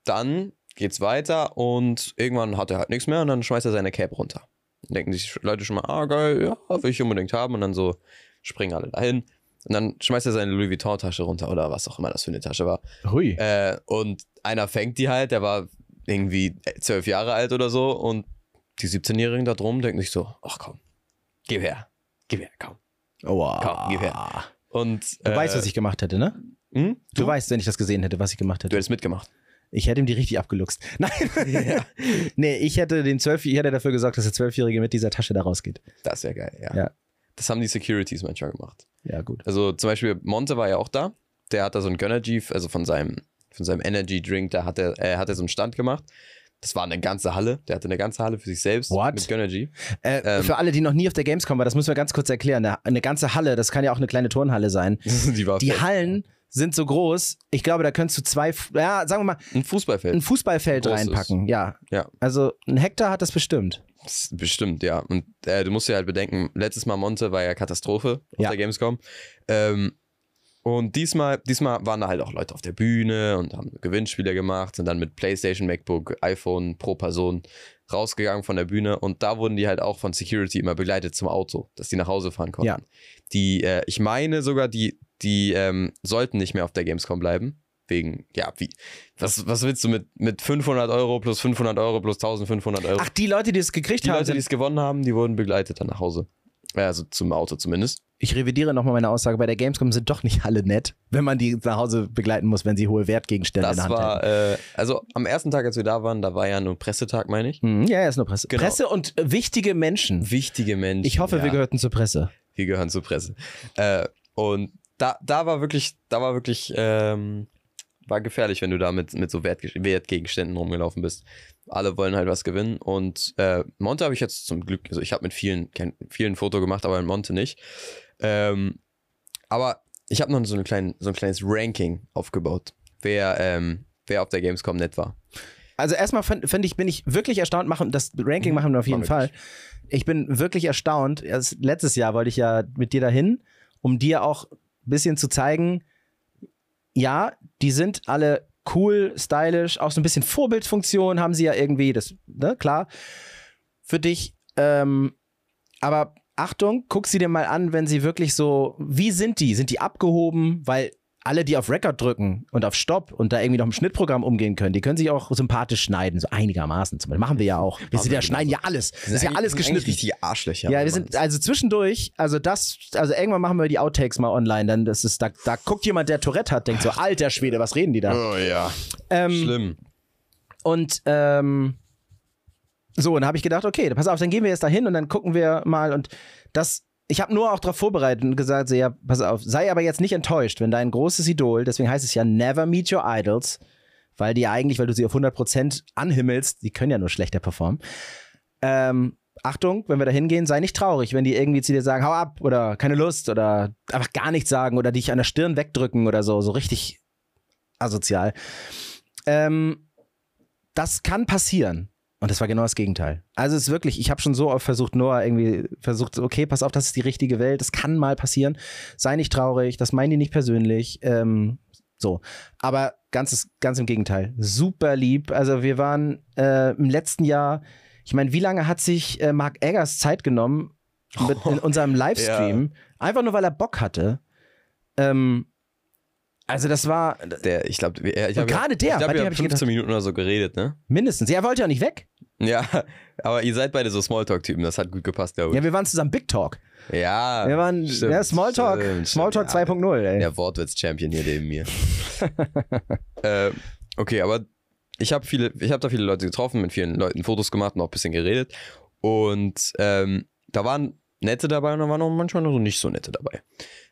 Speaker 2: dann geht's weiter und irgendwann hat er halt nichts mehr und dann schmeißt er seine Cap runter. Dann denken sich Leute schon mal, ah geil, ja, will ich unbedingt haben und dann so springen alle dahin. Und dann schmeißt er seine Louis Vuitton-Tasche runter oder was auch immer das für eine Tasche war.
Speaker 1: Hui.
Speaker 2: Äh, und einer fängt die halt, der war irgendwie zwölf Jahre alt oder so. Und die 17-Jährigen da drum denken sich so: Ach komm, gib her, gib her, komm.
Speaker 1: Wow.
Speaker 2: komm, gib Und,
Speaker 1: Du
Speaker 2: äh,
Speaker 1: weißt, was ich gemacht hätte, ne?
Speaker 2: Hm?
Speaker 1: Du,
Speaker 2: Du, du,
Speaker 1: weißt, wenn ich das gesehen hätte, was ich gemacht hätte.
Speaker 2: hättest mitgemacht.
Speaker 1: Ich hätte ihm die richtig abgeluchst. [laughs] Nein. [laughs] Nee, ich hätte den 12, ich hätte dafür gesorgt, dass der Zwölfjährige mit dieser Tasche da rausgeht.
Speaker 2: Das wäre geil, ja.
Speaker 1: Ja.
Speaker 2: Das haben die Securities manchmal gemacht.
Speaker 1: Ja, gut.
Speaker 2: Also zum Beispiel Monte war ja auch da. Der hat da so ein Gönnergy, also von seinem, von seinem Energy Drink, da hat er, äh, hat er so einen Stand gemacht. Das war eine ganze Halle. Der hatte eine ganze Halle für sich selbst
Speaker 1: What?
Speaker 2: mit Gönnergy. [laughs]
Speaker 1: Äh,
Speaker 2: Ähm.
Speaker 1: für alle, die noch nie auf der Gamescom waren, das müssen wir ganz kurz erklären. Eine, eine ganze Halle, das kann ja auch eine kleine Turnhalle sein.
Speaker 2: Die war
Speaker 1: Die
Speaker 2: fett.
Speaker 1: Hallen sind so groß, ich glaube, da könntest du zwei, ja, sagen wir mal,
Speaker 2: ein Fußballfeld.
Speaker 1: ein Fußballfeld
Speaker 2: Großes.
Speaker 1: reinpacken. Ja.
Speaker 2: Äh, Ja.
Speaker 1: Also ein Hektar hat das bestimmt.
Speaker 2: S- Bestimmt, ja. Und äh, du musst dir halt bedenken, letztes Mal Monte war ja Katastrophe auf
Speaker 1: Ja.
Speaker 2: der Gamescom. Ähm, und diesmal, diesmal waren da halt auch Leute auf der Bühne und haben Gewinnspiele gemacht, sind dann mit Playstation, MacBook, iPhone pro Person rausgegangen von der Bühne und da wurden die halt auch von Security immer begleitet zum Auto, dass die nach Hause fahren konnten.
Speaker 1: Ja.
Speaker 2: Die, äh, ich meine sogar, die, die ähm, sollten nicht mehr auf der Gamescom bleiben. Wegen, ja, wie, was, was willst du mit, mit 500 Euro plus 500 Euro plus 1500 Euro?
Speaker 1: Ach, die Leute, die es gekriegt
Speaker 2: Also Die
Speaker 1: haben.
Speaker 2: Leute, die
Speaker 1: sind-
Speaker 2: es gewonnen haben, die wurden begleitet dann nach Hause. Ja, Also zum Auto zumindest.
Speaker 1: ich revidiere nochmal meine Aussage, bei der Gamescom sind doch nicht alle nett, wenn man die nach Hause begleiten muss, wenn sie hohe Wertgegenstände in der
Speaker 2: Das
Speaker 1: Hand
Speaker 2: war,
Speaker 1: haben.
Speaker 2: äh, also am ersten Tag, als wir da waren, da war ja nur Pressetag, meine ich.
Speaker 1: Hm, ja, ja, ist nur Presse.
Speaker 2: Genau.
Speaker 1: Presse und äh, wichtige Menschen.
Speaker 2: Wichtige Menschen.
Speaker 1: Ich hoffe,
Speaker 2: ja,
Speaker 1: wir gehörten zur Presse.
Speaker 2: wir gehören zur Presse. Äh, und da, da war wirklich, da war wirklich, ähm, war gefährlich, wenn du da mit, mit so Wertge- Wertgegenständen rumgelaufen bist. Alle wollen halt was gewinnen. Und äh, Monte habe ich jetzt zum Glück, also ich habe mit vielen, kein, vielen ein Foto gemacht, aber in Monte nicht. Ähm, aber ich habe noch so, eine kleine, so ein kleines Ranking aufgebaut, wer, ähm, wer auf der Gamescom nett war.
Speaker 1: Also erstmal finde ich, bin ich wirklich erstaunt, machen, das Ranking
Speaker 2: Mhm,
Speaker 1: machen wir auf jeden
Speaker 2: machen wir
Speaker 1: Fall. Ich bin wirklich erstaunt. Erst letztes Jahr wollte ich ja mit dir dahin, um dir auch ein bisschen zu zeigen, ja, die sind alle cool, stylisch, auch so ein bisschen Vorbildfunktion haben sie ja irgendwie, das, ne, klar, für dich. Ähm, aber Achtung, guck sie dir mal an, wenn sie wirklich so, wie sind die? Sind die abgehoben? Weil alle, die auf Record drücken und auf Stopp und da irgendwie noch im Schnittprogramm umgehen können, die können sich auch sympathisch schneiden, so einigermaßen. Zum Beispiel machen wir ja auch. Wir sind ja, schneiden ja alles. Das ist ja alles geschnitten.
Speaker 2: Die Arschlöcher.
Speaker 1: Ja, wir
Speaker 2: Mann.
Speaker 1: sind also zwischendurch, also das, also irgendwann machen wir die Outtakes mal online, dann das ist, da, da guckt jemand, der Tourette hat, denkt so, alter Schwede, was reden die da?
Speaker 2: Oh ja,
Speaker 1: Ah. Ähm,
Speaker 2: schlimm.
Speaker 1: und ähm, so, und dann habe ich gedacht, okay, dann pass auf, dann gehen wir jetzt da hin und dann gucken wir mal und das, ich habe nur auch darauf vorbereitet und gesagt, so, ja, pass auf, sei aber jetzt nicht enttäuscht, wenn dein großes Idol, deswegen heißt es ja Never Meet Your Idols, weil die ja eigentlich, weil du sie auf 100% anhimmelst, die können ja nur schlechter performen. Ähm, Achtung, wenn wir da hingehen, sei nicht traurig, wenn die irgendwie zu dir sagen, hau ab oder keine Lust oder einfach gar nichts sagen oder dich an der Stirn wegdrücken oder so, so richtig asozial. Ähm, das kann passieren. Und das war genau das Gegenteil. Also es ist wirklich, ich habe schon so oft versucht, Noah irgendwie versucht, so, okay, pass auf, das ist die richtige Welt, das kann mal passieren. Sei nicht traurig, das meinen die nicht persönlich. Ähm, so. Aber ganz, ganz im Gegenteil. Super lieb. Also wir waren äh, im letzten Jahr, ich meine, wie lange hat sich äh, Mark Eggers Zeit genommen mit, in unserem Livestream? Einfach nur, weil er Bock hatte. Ähm, also das war
Speaker 2: Der, ich glaube, ich
Speaker 1: Und
Speaker 2: habe
Speaker 1: gerade der,
Speaker 2: ich
Speaker 1: bei
Speaker 2: glaub,
Speaker 1: dem
Speaker 2: wir
Speaker 1: hab
Speaker 2: haben
Speaker 1: ich
Speaker 2: 15 Minuten oder so geredet, ne?
Speaker 1: mindestens. Er wollte ja nicht weg.
Speaker 2: Ja, [laughs] aber ihr seid beide so Smalltalk-Typen, das hat gut gepasst, glaube
Speaker 1: Ja, wir waren zusammen Big Talk.
Speaker 2: ich. Ja,
Speaker 1: Wir waren
Speaker 2: stimmt,
Speaker 1: ja, Smalltalk,
Speaker 2: stimmt, stimmt,
Speaker 1: Smalltalk
Speaker 2: ja.
Speaker 1: 2.0, ey.
Speaker 2: Der Wortwitz-Champion hier
Speaker 1: [laughs]
Speaker 2: neben mir. äh, okay, aber ich habe viele, ich habe da viele Leute getroffen, mit vielen Leuten Fotos gemacht und auch ein bisschen geredet. Und ähm, da waren nette dabei und da waren auch manchmal noch so nicht so nette dabei.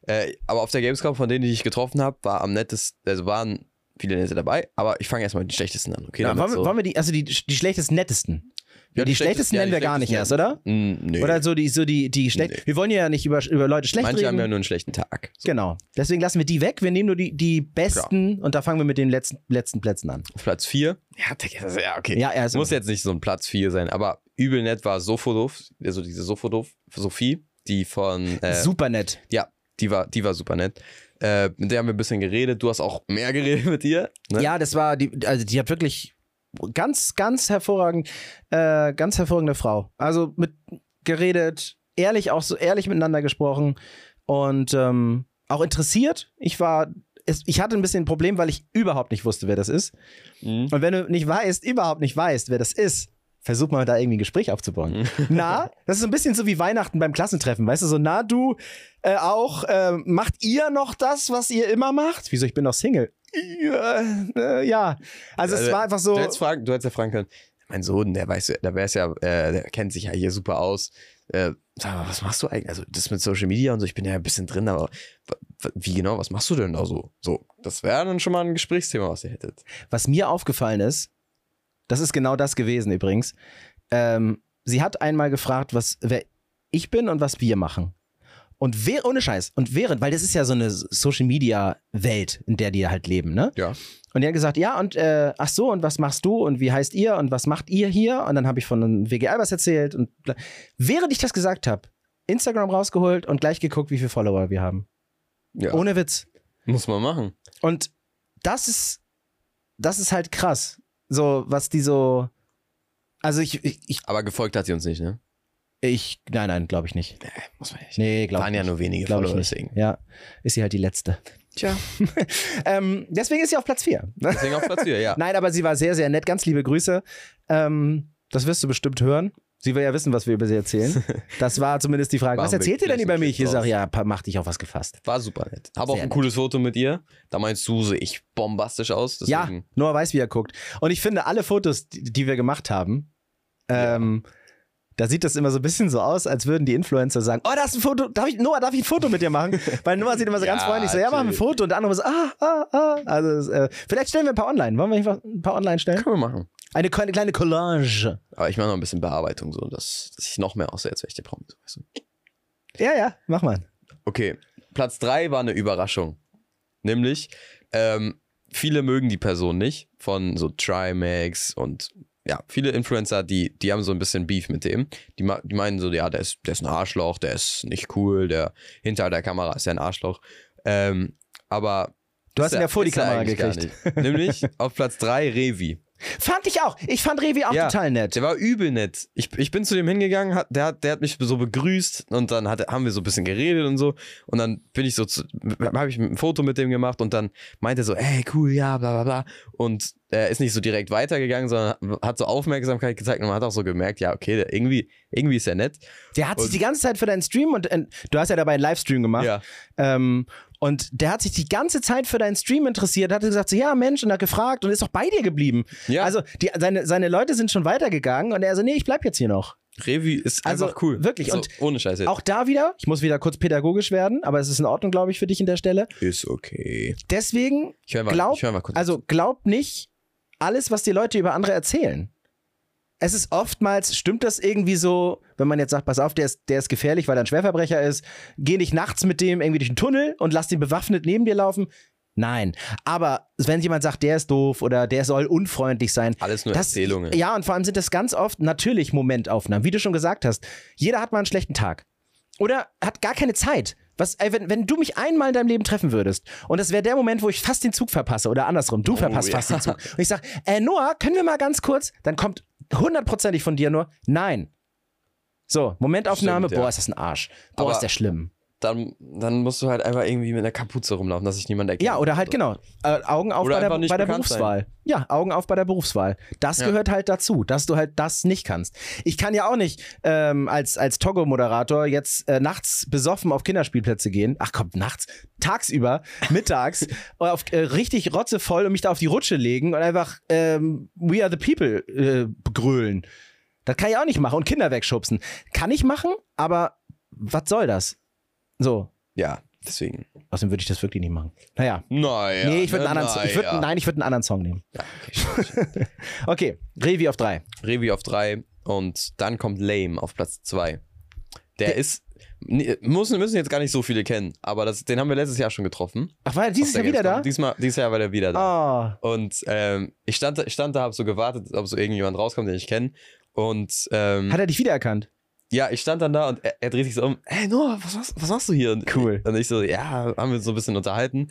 Speaker 2: Äh, aber auf der Gamescom, von denen, die ich getroffen habe, war am nettesten, also waren viele nette dabei, aber ich fange erstmal mit den schlechtesten an, okay?
Speaker 1: ja,
Speaker 2: damit
Speaker 1: wollen, wir-
Speaker 2: so-
Speaker 1: wollen wir die, also die, die schlechtesten, nettesten?
Speaker 2: Ja,
Speaker 1: die,
Speaker 2: die
Speaker 1: schlechtesten
Speaker 2: schlechtesten- ja,
Speaker 1: nennen
Speaker 2: die
Speaker 1: wir gar nicht erst,
Speaker 2: schlechtesten,
Speaker 1: oder?
Speaker 2: Mm, nö.
Speaker 1: Oder so die, so die, die schlecht.
Speaker 2: Nee.
Speaker 1: Wir wollen ja nicht über, über Leute schlecht
Speaker 2: Manche haben
Speaker 1: reden.
Speaker 2: ja nur einen schlechten Tag. So,
Speaker 1: genau. Deswegen lassen wir die weg. Wir nehmen nur die, die besten und da fangen wir mit den letzten, letzten Plätzen an.
Speaker 2: Auf Platz 4. Ja, Digga, das ist- ja, okay.
Speaker 1: Ja, er
Speaker 2: Es
Speaker 1: ist.
Speaker 2: muss jetzt nicht so ein Platz 4 sein, aber übel nett war Sofodov, also diese Sofodov, Sophie, die von, äh,
Speaker 1: super nett.
Speaker 2: ja, die war, die war super nett. Äh, mit der haben wir ein bisschen geredet, du hast auch mehr [laughs] geredet mit ihr. Ne?
Speaker 1: Ja, das war die, also die hat wirklich ganz, ganz hervorragend, äh, ganz hervorragende Frau. Also mit geredet, ehrlich, auch so ehrlich miteinander gesprochen und ähm, auch interessiert. Ich war, es, ich hatte ein bisschen ein Problem, weil ich überhaupt nicht wusste, wer das ist.
Speaker 2: Mhm.
Speaker 1: Und wenn du nicht weißt, überhaupt nicht weißt, wer das ist, versuch mal da irgendwie ein Gespräch aufzubauen. [laughs] na, das ist so ein bisschen so wie Weihnachten beim Klassentreffen, weißt du, so, na, du äh, auch, äh, macht ihr noch das, was ihr immer macht? Wieso, ich bin noch Single. Ja, äh, ja. Also, es
Speaker 2: Also,
Speaker 1: war einfach so.
Speaker 2: Du hättest, fragen, du hättest ja fragen können, mein Sohn, der weiß, ja- der weiß ja, äh, der kennt sich ja hier super aus. Äh, sag mal, was machst du eigentlich? Also das mit Social Media und so, ich bin ja ein bisschen drin, aber w- w- wie genau, was machst du denn da so? So, das wäre dann schon mal ein Gesprächsthema, was ihr hättet.
Speaker 1: Was mir aufgefallen ist, das ist genau das gewesen übrigens. Ähm, sie hat einmal gefragt, was wer ich bin und was wir machen. Und wer, ohne Scheiß, und während, weil das ist ja so eine Social Media Welt, in der die halt leben, ne?
Speaker 2: Ja.
Speaker 1: Und die hat gesagt, ja, und äh, ach so, und was machst du und wie heißt ihr und was macht ihr hier? Und dann habe ich von einem WG Albers erzählt und bla. während ich das gesagt habe, Instagram rausgeholt und gleich geguckt, wie viele Follower wir haben.
Speaker 2: Ja,
Speaker 1: Ohne Witz.
Speaker 2: muss man machen.
Speaker 1: Und das ist, das ist halt krass. So, was die so. Also ich, ich, ich,
Speaker 2: Aber gefolgt hat sie uns nicht, ne?
Speaker 1: ich nein, nein, glaube ich nicht.
Speaker 2: Muss man nicht.
Speaker 1: Nee, glaube ich
Speaker 2: Waren ja
Speaker 1: nicht.
Speaker 2: nur wenige
Speaker 1: Glaub ich
Speaker 2: Follower,
Speaker 1: nicht.
Speaker 2: deswegen.
Speaker 1: Ja, ist sie halt die letzte.
Speaker 2: Tja.
Speaker 1: [laughs] Ähm, deswegen ist sie auf Platz 4.
Speaker 2: Deswegen auf Platz
Speaker 1: [laughs]
Speaker 2: 4, ja.
Speaker 1: Nein, aber sie war sehr, sehr nett. Ganz liebe Grüße. Ähm, das wirst du bestimmt hören. Sie will ja wissen, was wir über sie erzählen. Das war zumindest die Frage.
Speaker 2: Machen
Speaker 1: was
Speaker 2: wir
Speaker 1: erzählt ihr denn
Speaker 2: gleich
Speaker 1: über
Speaker 2: einen
Speaker 1: mich?
Speaker 2: Clip
Speaker 1: Ich sag
Speaker 2: draus.
Speaker 1: ja, pa- mach dich auf was gefasst.
Speaker 2: War super nett. Habe auch
Speaker 1: Sehr
Speaker 2: ein
Speaker 1: nett.
Speaker 2: cooles Foto mit ihr. Da meinst du, sehe ich bombastisch aus.
Speaker 1: Ja,
Speaker 2: Deswegen,
Speaker 1: Noah weiß, wie er guckt. Und ich finde, alle Fotos, die, die wir gemacht haben, ähm, da sieht das immer so ein bisschen so aus, als würden die Influencer sagen, oh, da ist ein Foto, darf ich, Noah, darf ich ein Foto mit dir [laughs] machen? Weil Noah sieht immer so ganz
Speaker 2: Ja,
Speaker 1: freundlich so, ja, mach ein
Speaker 2: natürlich.
Speaker 1: Foto. Und der andere so, ah, ah, ah. Also, es, äh, vielleicht stellen wir ein paar online. Wollen wir nicht ein paar online stellen?
Speaker 2: Können wir machen.
Speaker 1: Eine kleine, kleine Collage.
Speaker 2: Aber ich mache noch ein bisschen Bearbeitung, so dass, dass ich noch mehr aussehe, als wäre ich der Promi. so, Weißt du?
Speaker 1: Ja, ja, mach mal.
Speaker 2: Okay, Platz 3 war eine Überraschung. Nämlich, ähm, viele mögen die Person nicht von so Trimax und ja, viele Influencer, die, die haben so ein bisschen Beef mit dem. Die, ma- die meinen so, ja, der ist, der ist ein Arschloch, der ist nicht cool, der hinter der Kamera ist ja ein Arschloch. Ähm, aber.
Speaker 1: Du hast
Speaker 2: ist
Speaker 1: ihn
Speaker 2: er-
Speaker 1: ja vor die
Speaker 2: ist er
Speaker 1: Kamera
Speaker 2: eigentlich gar
Speaker 1: gekriegt.
Speaker 2: nicht. Nämlich auf Platz 3 Revi.
Speaker 1: Fand ich auch. Ich fand Revi auch
Speaker 2: Ja.
Speaker 1: total nett.
Speaker 2: Der war übel nett. Ich, ich bin zu dem hingegangen, hat, der, hat, der hat mich so begrüßt und dann hat, haben wir so ein bisschen geredet und so. Und dann bin ich so, habe ich ein Foto mit dem gemacht und dann meinte er so, ey, cool, ja, bla bla bla. Und er ist nicht so direkt weitergegangen, sondern hat so Aufmerksamkeit gezeigt und man hat auch so gemerkt, ja, okay, der, irgendwie, irgendwie ist er nett.
Speaker 1: Der hat sich
Speaker 2: Und-
Speaker 1: die ganze Zeit für deinen Stream und, und du hast ja dabei einen Livestream gemacht.
Speaker 2: Ja.
Speaker 1: Ähm, und der hat sich die ganze Zeit für deinen Stream interessiert, hat gesagt, so, ja Mensch, und hat gefragt und ist doch bei dir geblieben.
Speaker 2: Ja.
Speaker 1: Also die, seine, seine Leute sind schon weitergegangen und er so, nee, ich bleib jetzt hier noch.
Speaker 2: Revi ist
Speaker 1: Also,
Speaker 2: einfach cool.
Speaker 1: wirklich,
Speaker 2: So,
Speaker 1: und
Speaker 2: ohne Scheiße.
Speaker 1: Auch da wieder, ich muss wieder kurz pädagogisch werden, aber es ist in Ordnung, glaube ich, für dich in der Stelle.
Speaker 2: ist okay.
Speaker 1: Deswegen,
Speaker 2: Ich höre mal,
Speaker 1: Glaub-
Speaker 2: ich hör mal kurz.
Speaker 1: also glaub nicht alles, was die Leute über andere erzählen. Es ist oftmals, stimmt das irgendwie so, wenn man jetzt sagt, pass auf, der ist, der ist gefährlich, weil er ein Schwerverbrecher ist, geh nicht nachts mit dem irgendwie durch den Tunnel und lass den bewaffnet neben dir laufen. Nein. Aber wenn jemand sagt, der ist doof oder der soll unfreundlich sein,
Speaker 2: Alles nur
Speaker 1: das,
Speaker 2: Erzählungen.
Speaker 1: Ja, und vor allem sind das ganz oft natürlich Momentaufnahmen, wie du schon gesagt hast. Jeder hat mal einen schlechten Tag. Oder hat gar keine Zeit. Was, ey, wenn, wenn du mich einmal in deinem Leben treffen würdest und das wäre der Moment, wo ich fast den Zug verpasse oder andersrum, du verpasst
Speaker 2: Oh, ja.
Speaker 1: fast den Zug. Und ich sage, äh, Noah, können wir mal ganz kurz? Dann kommt hundertprozentig von dir nur, nein. So, Momentaufnahme,
Speaker 2: Stimmt, ja.
Speaker 1: boah, ist das ein Arsch. Boah,
Speaker 2: Aber-
Speaker 1: ist der schlimm.
Speaker 2: Dann, dann musst du halt einfach irgendwie mit einer Kapuze rumlaufen, dass sich niemand erkennt.
Speaker 1: Ja, oder halt
Speaker 2: So.
Speaker 1: genau. Äh, Augen auf
Speaker 2: Oder
Speaker 1: bei der,
Speaker 2: einfach nicht
Speaker 1: bei der
Speaker 2: bekannt sein.
Speaker 1: Berufswahl. Ja, Augen auf bei der Berufswahl. Das
Speaker 2: Ja.
Speaker 1: gehört halt dazu, dass du halt das nicht kannst. Ich kann ja auch nicht ähm, als, als Togo-Moderator jetzt äh, nachts besoffen auf Kinderspielplätze gehen. Ach komm, nachts, tagsüber, [laughs] mittags, auf, äh, richtig rotzevoll und mich da auf die Rutsche legen und einfach ähm, We are the people äh, grölen. Das kann ich auch nicht machen. Und Kinder wegschubsen. Kann ich machen, aber was soll das? So.
Speaker 2: Ja, deswegen.
Speaker 1: Außerdem würde ich das wirklich nicht machen. Naja.
Speaker 2: Naja.
Speaker 1: Nee, ich würde
Speaker 2: ne?
Speaker 1: einen anderen, ich würd,
Speaker 2: Naja.
Speaker 1: nein, ich würde einen anderen Song nehmen.
Speaker 2: Ja, okay, scheiße.
Speaker 1: [laughs] Okay, Revi auf drei.
Speaker 2: Revi auf 3 und dann kommt Lame auf Platz 2. Der, ist. Nee, müssen, müssen jetzt gar nicht so viele kennen, aber das, den haben wir letztes Jahr schon getroffen.
Speaker 1: Ach, war er
Speaker 2: Auf
Speaker 1: dieses
Speaker 2: der
Speaker 1: Jahr wieder da?
Speaker 2: Gamescom. Diesmal, dieses Jahr war der wieder da.
Speaker 1: Oh,
Speaker 2: Und ähm, ich, stand, da- ich stand da, habe so gewartet, ob so irgendjemand rauskommt, den ich kenne. Und ähm,
Speaker 1: hat er dich wiedererkannt?
Speaker 2: ja, ich stand dann da und er, er dreht sich so um, hey Noah, was machst, was machst du hier? Und,
Speaker 1: Cool.
Speaker 2: und ich so, ja, haben wir uns so ein bisschen unterhalten.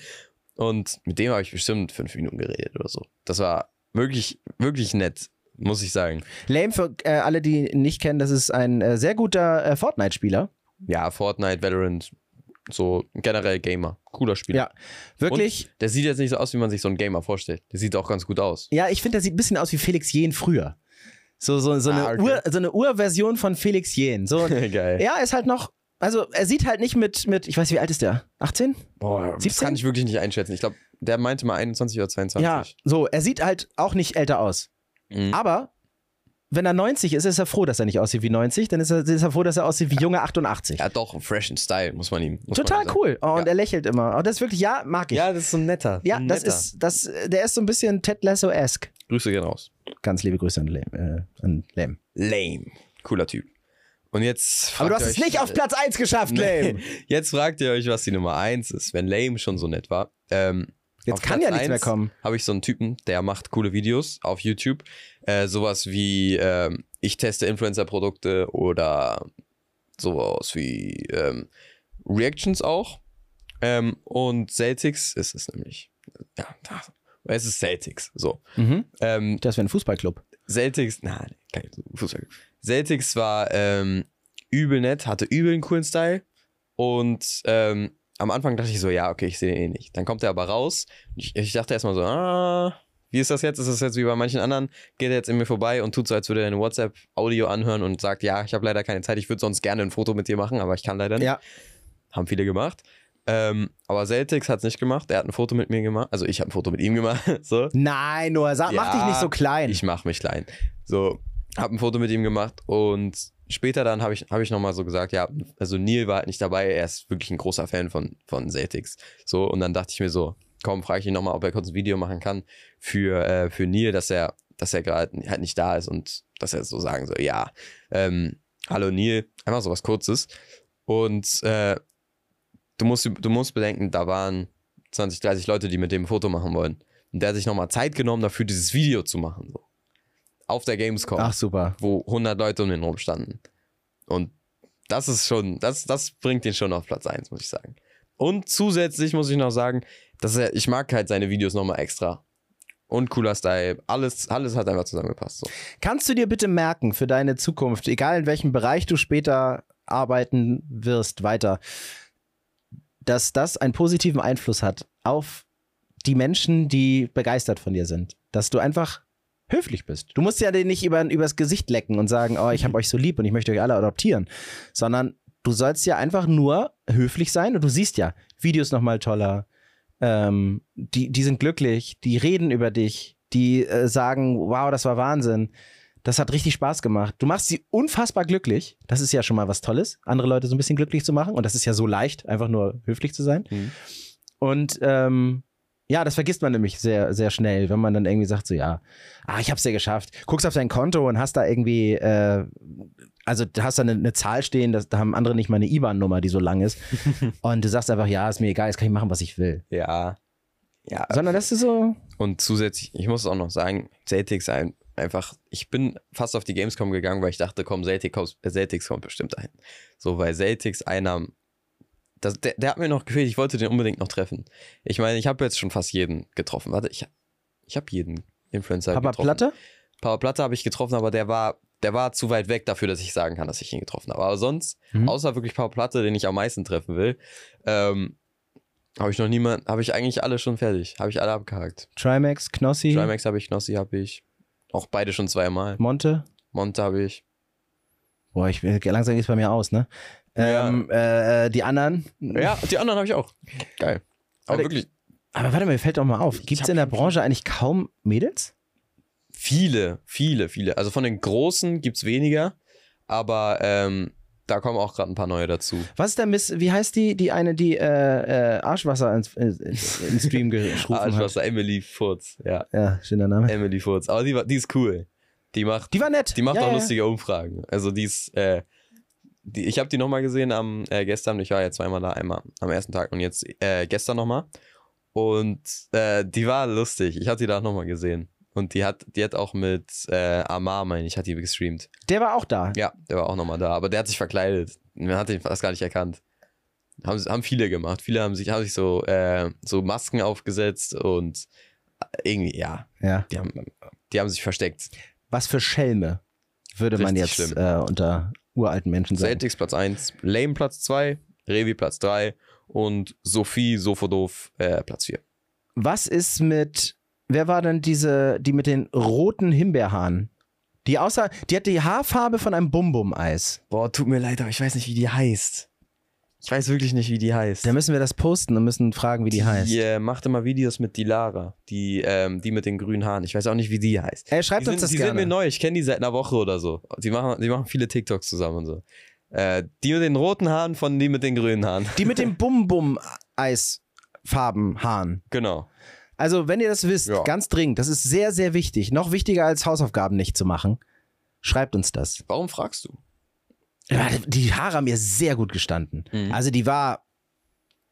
Speaker 2: Und mit dem habe ich bestimmt fünf Minuten geredet oder so. Das war wirklich, wirklich nett, muss ich sagen.
Speaker 1: Lame für äh, alle, die ihn nicht kennen, das ist ein äh, sehr guter äh, Fortnite-Spieler.
Speaker 2: Ja, Fortnite, Valorant, so generell Gamer. Cooler Spieler.
Speaker 1: Ja. Wirklich.
Speaker 2: Der sieht jetzt nicht so aus, wie man sich so einen Gamer vorstellt. Der sieht auch ganz
Speaker 1: [laughs]
Speaker 2: gut aus.
Speaker 1: Ja, ich finde, der sieht ein bisschen aus wie Felix Jähn früher. So, so, so, eine,
Speaker 2: Ah, okay.
Speaker 1: Ur, so eine Urversion von Felix Jähn.
Speaker 2: [laughs]
Speaker 1: So,
Speaker 2: Geil.
Speaker 1: ja, er ist halt noch, also er sieht halt nicht mit, mit, ich weiß, wie alt ist der? 18?
Speaker 2: Boah, das
Speaker 1: 17?
Speaker 2: kann ich wirklich nicht einschätzen. Ich glaube, der meinte mal 21 oder 22.
Speaker 1: Ja, so, er sieht halt auch nicht älter aus.
Speaker 2: Mhm.
Speaker 1: Aber wenn er 90 ist, ist er froh, dass er nicht aussieht wie 90. Dann ist er, ist er froh, dass er aussieht wie junge 88.
Speaker 2: Ja, doch, fresh in Style, muss man ihm. Muss
Speaker 1: Total
Speaker 2: man ihm sagen.
Speaker 1: cool. Oh, und
Speaker 2: Ja.
Speaker 1: er lächelt immer. Oh, das ist wirklich, ja, mag ich. Ja,
Speaker 2: Ja, das ist so ein netter. ein
Speaker 1: das
Speaker 2: netter.
Speaker 1: ist, das, der ist so ein bisschen Ted Lasso-esque.
Speaker 2: Grüße gehen raus.
Speaker 1: Ganz liebe Grüße an Lem. Äh, an Lem.
Speaker 2: Lame. Cooler Typ. Und jetzt.
Speaker 1: Aber
Speaker 2: fragt
Speaker 1: du hast
Speaker 2: ihr
Speaker 1: es
Speaker 2: euch- äh,
Speaker 1: nicht auf Platz 1 geschafft,
Speaker 2: Nee.
Speaker 1: Lem.
Speaker 2: Jetzt fragt ihr euch, was die Nummer 1 ist. Wenn Lame schon so nett war. Ähm,
Speaker 1: Jetzt
Speaker 2: Auf
Speaker 1: kann
Speaker 2: Platz
Speaker 1: ja nichts mehr
Speaker 2: eins.
Speaker 1: kommen.
Speaker 2: habe ich so einen Typen, der macht coole Videos auf YouTube. Äh, sowas wie ähm, ich teste Influencer-Produkte oder sowas wie ähm, Reactions auch. Ähm, und Celtics ist es nämlich. Ja, [laughs] da. Es ist Celtics. So. Ähm,
Speaker 1: Das wäre ein Fußballclub.
Speaker 2: Celtics, nein, kein Fußball. Celtics war ähm, übel nett, hatte übel einen coolen Style. Und ähm, am Anfang dachte ich so, ja, okay, ich sehe den eh nicht. Dann kommt er aber raus. Ich, ich dachte erstmal so, ah, wie ist das jetzt? Ist das jetzt wie bei manchen anderen? Geht er jetzt in mir vorbei und tut so, als würde er eine WhatsApp-Audio anhören und sagt, ja, ich habe leider keine Zeit, ich würde sonst gerne ein Foto mit dir machen, aber ich kann leider nicht.
Speaker 1: Ja.
Speaker 2: Haben viele gemacht. Ähm, aber Celtics hat es nicht gemacht. Er hat ein Foto mit mir gemacht. Also ich habe ein Foto mit ihm gemacht. [laughs] so.
Speaker 1: Nein, Noah, sag, mach
Speaker 2: Ja,
Speaker 1: dich nicht so klein.
Speaker 2: Ich mach mich klein. So, hab ein Foto mit ihm gemacht und später dann habe ich, hab ich nochmal so gesagt, ja, also Neil war halt nicht dabei, er ist wirklich ein großer Fan von, von Celtics. So, und dann dachte ich mir so, komm, frage ich ihn nochmal, ob er kurz ein Video machen kann für, äh, für Neil, dass er, dass er gerade halt nicht da ist und dass er so sagen soll, ja, ähm, hallo Neil, einfach so was Kurzes. Und äh, du, musst, du musst bedenken, da waren 20, 30 Leute, die mit dem ein Foto machen wollen. Und der hat sich nochmal Zeit genommen, dafür dieses Video zu machen. So. Auf der Gamescom,
Speaker 1: Ach, super.
Speaker 2: wo 100 Leute um den rum standen. Und das ist schon, das, das bringt den schon auf Platz 1, muss ich sagen. Und zusätzlich muss ich noch sagen, dass er, ich mag halt seine Videos nochmal extra. Und cooler Style. Alles, alles hat einfach zusammengepasst. So.
Speaker 1: Kannst du dir bitte merken für deine Zukunft, egal in welchem Bereich du später arbeiten wirst, weiter, dass das einen positiven Einfluss hat auf die Menschen, die begeistert von dir sind. Dass du einfach höflich bist. Du musst ja den nicht über, übers Gesicht lecken und sagen, oh, ich habe euch so lieb und ich möchte euch alle adoptieren, sondern du sollst ja einfach nur höflich sein und du siehst ja, Videos nochmal toller, ähm, die, die sind glücklich, die reden über dich, die äh, sagen, wow, das war Wahnsinn. Das hat richtig Spaß gemacht. Du machst sie unfassbar glücklich. Das ist ja schon mal was Tolles, andere Leute so ein bisschen glücklich zu machen. Und das ist ja so leicht, einfach nur höflich zu sein.
Speaker 2: Mhm.
Speaker 1: Und ähm, ja, das vergisst man nämlich sehr, sehr schnell, wenn man dann irgendwie sagt, so ja, ah, ich hab's ja geschafft. Guckst auf dein Konto und hast da irgendwie, äh, also da hast da eine, eine Zahl stehen, das, da haben andere nicht mal eine IBAN-Nummer, die so lang
Speaker 2: [laughs]
Speaker 1: ist. und du sagst einfach, ja, ist mir egal, jetzt kann ich machen, was ich will.
Speaker 2: Ja. Ja,
Speaker 1: Sondern das ist so.
Speaker 2: Und zusätzlich, ich muss auch noch sagen, Celtics ein, einfach, ich bin fast auf die Gamescom gegangen, weil ich dachte, komm, Celtic kommt, äh, Celtics kommt bestimmt ein. So, weil Celtics einer, das, der, der hat mir noch gefehlt, ich wollte den unbedingt noch treffen. Ich meine, ich habe jetzt schon fast jeden getroffen. Warte, ich, ich habe jeden Influencer
Speaker 1: Papa
Speaker 2: getroffen.
Speaker 1: Platte?
Speaker 2: Papa Platte habe ich getroffen, aber der war, der war zu weit weg dafür, dass ich sagen kann, dass ich ihn getroffen habe. Aber sonst,
Speaker 1: Mhm.
Speaker 2: außer wirklich Papa Platte, den ich am meisten treffen will, ähm, habe ich noch niemand, habe ich eigentlich alle schon fertig, habe ich alle abgehakt.
Speaker 1: Trimax, Knossi,
Speaker 2: Trimax habe ich, Knossi habe ich. Auch beide schon zweimal.
Speaker 1: Monte.
Speaker 2: Monte habe ich.
Speaker 1: Boah, ich, äh, langsam geht's bei mir aus, ne?
Speaker 2: Ja.
Speaker 1: Ähm, äh, die anderen.
Speaker 2: Ja, die anderen habe ich auch. Geil. Aber
Speaker 1: Warte,
Speaker 2: wirklich
Speaker 1: Aber warte mal, mir fällt doch mal auf.
Speaker 2: Ich
Speaker 1: Gibt's
Speaker 2: hab
Speaker 1: in der
Speaker 2: schon-
Speaker 1: Branche eigentlich kaum Mädels?
Speaker 2: viele, viele, viele. Also von den großen gibt es weniger, aber ähm, da kommen auch gerade ein paar neue dazu.
Speaker 1: Was ist der Miss, wie heißt die, die eine, die äh, äh, Arschwasser ins, äh, ins Stream
Speaker 2: [laughs]
Speaker 1: geschrufen
Speaker 2: Ah, ich
Speaker 1: hat?
Speaker 2: weiß, Emily Furz. Ja,
Speaker 1: Ja, schöner Name.
Speaker 2: Emily Furz. Aber die, war, die ist cool. Die macht,
Speaker 1: Die war nett.
Speaker 2: die macht
Speaker 1: ja,
Speaker 2: auch
Speaker 1: ja.
Speaker 2: lustige Umfragen. Also die ist, äh, die, ich habe die nochmal gesehen am äh, gestern. Ich war ja zweimal da, einmal am ersten Tag und jetzt äh, gestern nochmal. Und äh, die war lustig. Ich hatte die da nochmal gesehen. Und die hat, die hat auch mit äh, Amar, meine ich, hat die gestreamt.
Speaker 1: Der war auch da.
Speaker 2: Ja, der war auch nochmal da. Aber der hat sich verkleidet. Man hat ihn fast gar nicht erkannt. Haben, haben viele gemacht. Viele haben sich, haben sich so, äh, so Masken aufgesetzt und äh, irgendwie, ja,
Speaker 1: Ja.
Speaker 2: die haben, die haben sich versteckt.
Speaker 1: Was für Schelme würde man
Speaker 2: Richtig
Speaker 1: jetzt
Speaker 2: schlimm.
Speaker 1: äh, unter uralten Menschen sagen.
Speaker 2: Celtics Platz 1, Lame Platz 2, Revi Platz 3 und Sophie Sofodov äh, Platz 4.
Speaker 1: Was ist mit, wer war denn diese, die mit den roten Himbeerhaaren? Die außer, die hat die Haarfarbe von einem Bum-Bum-Eis.
Speaker 2: Boah, tut mir leid, aber ich weiß nicht, wie die heißt. Ich weiß wirklich nicht, wie die heißt.
Speaker 1: Dann müssen wir das posten und müssen fragen, wie die, heißt.
Speaker 2: Die äh, macht immer Videos mit Dilara, die, ähm, die mit den grünen Haaren. Ich weiß auch nicht, wie die heißt.
Speaker 1: Ey, schreibt
Speaker 2: die
Speaker 1: uns
Speaker 2: sind,
Speaker 1: das
Speaker 2: die sind
Speaker 1: gerne.
Speaker 2: mir neu, ich kenne die seit einer Woche oder so. Die machen, die machen viele TikToks zusammen und so. Äh, die mit den roten Haaren von die mit den grünen Haaren. [laughs]
Speaker 1: die mit dem Bum-Bum-Eisfarben-Haaren.
Speaker 2: Genau.
Speaker 1: Also, wenn ihr das wisst,
Speaker 2: Ja.
Speaker 1: ganz dringend, das ist sehr, sehr wichtig. Noch wichtiger als Hausaufgaben nicht zu machen. Schreibt uns das.
Speaker 2: Warum fragst du?
Speaker 1: Ja, Die Haare haben mir sehr gut gestanden.
Speaker 2: Mhm.
Speaker 1: Also, die war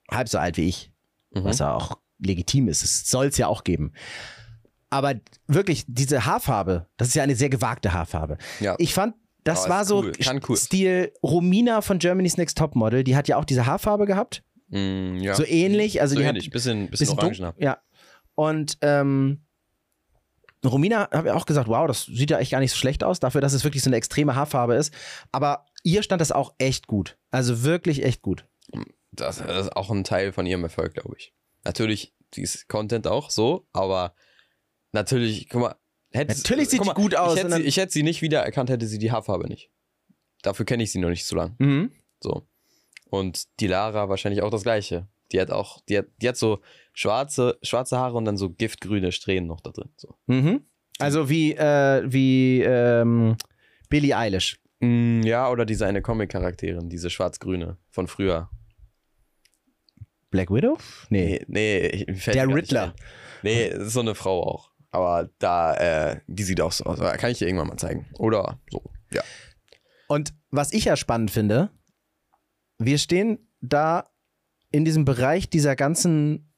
Speaker 1: halb so alt wie ich.
Speaker 2: Mhm.
Speaker 1: was ja auch legitim ist. Es soll es ja auch geben. Aber wirklich, diese Haarfarbe, das ist ja eine sehr gewagte Haarfarbe.
Speaker 2: Ja.
Speaker 1: Ich fand, das
Speaker 2: Aber
Speaker 1: war
Speaker 2: ist
Speaker 1: so
Speaker 2: cool, kann cool.
Speaker 1: Stil Romina von Germany's Next Topmodel. Die hat ja auch diese Haarfarbe gehabt.
Speaker 2: Mm, ja.
Speaker 1: So ähnlich. Also
Speaker 2: so
Speaker 1: die
Speaker 2: ähnlich.
Speaker 1: hat
Speaker 2: bisschen, bisschen,
Speaker 1: bisschen
Speaker 2: orangener.
Speaker 1: dunkel- Ja. Und ähm, Romina habe ich auch gesagt, wow, das sieht ja echt gar nicht so schlecht aus, dafür, dass es wirklich so eine extreme Haarfarbe ist. Aber ihr stand das auch echt gut. Also wirklich echt gut.
Speaker 2: Das, das ist auch ein Teil von ihrem Erfolg, glaube ich. Natürlich, die ist Content auch so, aber natürlich, guck mal. hätte-
Speaker 1: Natürlich sieht
Speaker 2: guck
Speaker 1: die
Speaker 2: mal,
Speaker 1: gut aus. ne?
Speaker 2: Ich hätte,
Speaker 1: und
Speaker 2: sie,
Speaker 1: dann-
Speaker 2: ich hätte sie nicht wiedererkannt, hätte sie die Haarfarbe nicht. Dafür kenne ich sie noch nicht so lange.
Speaker 1: Mhm.
Speaker 2: So. Und die Lara wahrscheinlich auch das gleiche. Die hat auch, die hat, die hat so schwarze, schwarze Haare und dann so giftgrüne Strähnen noch da drin. So.
Speaker 1: Mhm. Also wie, äh, wie ähm, Billie Eilish.
Speaker 2: Mm, ja, oder diese eine Comic-Charakterin, diese schwarz-grüne von früher.
Speaker 1: Black Widow? Nee.
Speaker 2: Nee, nee, ich- mir fällt
Speaker 1: Der
Speaker 2: die gar
Speaker 1: Riddler.
Speaker 2: nicht ein. Nee, das ist so eine Frau auch. Aber da, äh, die sieht auch so aus. Aber Kann ich dir irgendwann mal zeigen. Oder so. Ja.
Speaker 1: Und was ich ja spannend finde, wir stehen da in diesem Bereich dieser ganzen,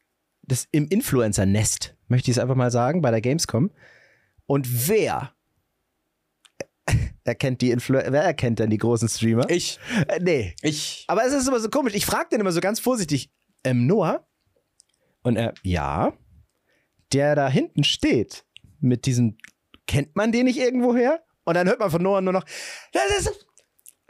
Speaker 1: des, im Influencer-Nest, möchte ich es einfach mal sagen, bei der Gamescom. Und wer [laughs] erkennt die Influ wer erkennt denn die großen Streamer?
Speaker 2: Ich,
Speaker 1: Äh, nee.
Speaker 2: ich.
Speaker 1: Aber es ist immer so komisch. Ich frage den immer so ganz vorsichtig, ähm, Noah? Und er, ja. Der da hinten steht mit diesem, kennt man den nicht irgendwoher? Und dann hört man von Noah nur noch, das ist.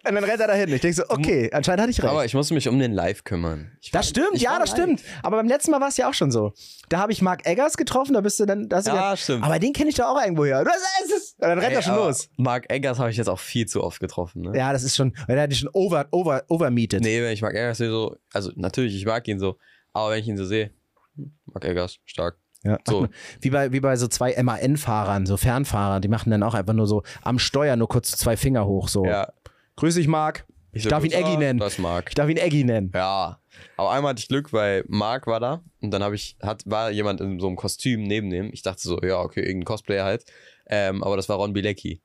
Speaker 1: Und dann rennt er dahin. Ich denke so, okay, anscheinend hatte ich recht.
Speaker 2: Aber ich muss mich um den Live kümmern. Ich
Speaker 1: das
Speaker 2: war-
Speaker 1: stimmt,
Speaker 2: ich
Speaker 1: ja,
Speaker 2: war
Speaker 1: das
Speaker 2: live.
Speaker 1: stimmt. Aber beim letzten Mal war es ja auch schon so. Da habe ich Mark Eggers getroffen, da bist du dann. Da hast du
Speaker 2: Ja,
Speaker 1: gedacht,
Speaker 2: stimmt.
Speaker 1: Aber den kenne ich doch auch irgendwoher. Das ist es. Und dann rennt
Speaker 2: Ey,
Speaker 1: er schon
Speaker 2: aber
Speaker 1: los.
Speaker 2: Mark Eggers habe ich jetzt auch viel zu oft getroffen. Ne?
Speaker 1: Ja, das ist schon. Er hat dich schon over, over, overmeeted.
Speaker 2: Nee, wenn ich Mark Eggers sehe, so, also natürlich, ich mag ihn so, aber wenn ich ihn so sehe, hm, Mark Eggers, stark.
Speaker 1: Ja. [laughs]
Speaker 2: So.
Speaker 1: Wie bei, wie bei so zwei MAN-Fahrern, so Fernfahrer, die machen dann auch einfach nur so am Steuer nur kurz zwei Finger hoch. So.
Speaker 2: Ja.
Speaker 1: Grüß dich, Marc. Oh. Ich, darf
Speaker 2: so,
Speaker 1: ihn Eggy
Speaker 2: ah,
Speaker 1: nennen.
Speaker 2: Das Mark.
Speaker 1: Ich darf ihn Eggy nennen.
Speaker 2: Ja. Aber einmal hatte ich Glück, weil Mark war da und dann habe ich, hat, war jemand in so einem Kostüm neben dem. Ich dachte so, ja, okay, irgendein Cosplayer halt. Ähm, aber das war Ron Bilecki.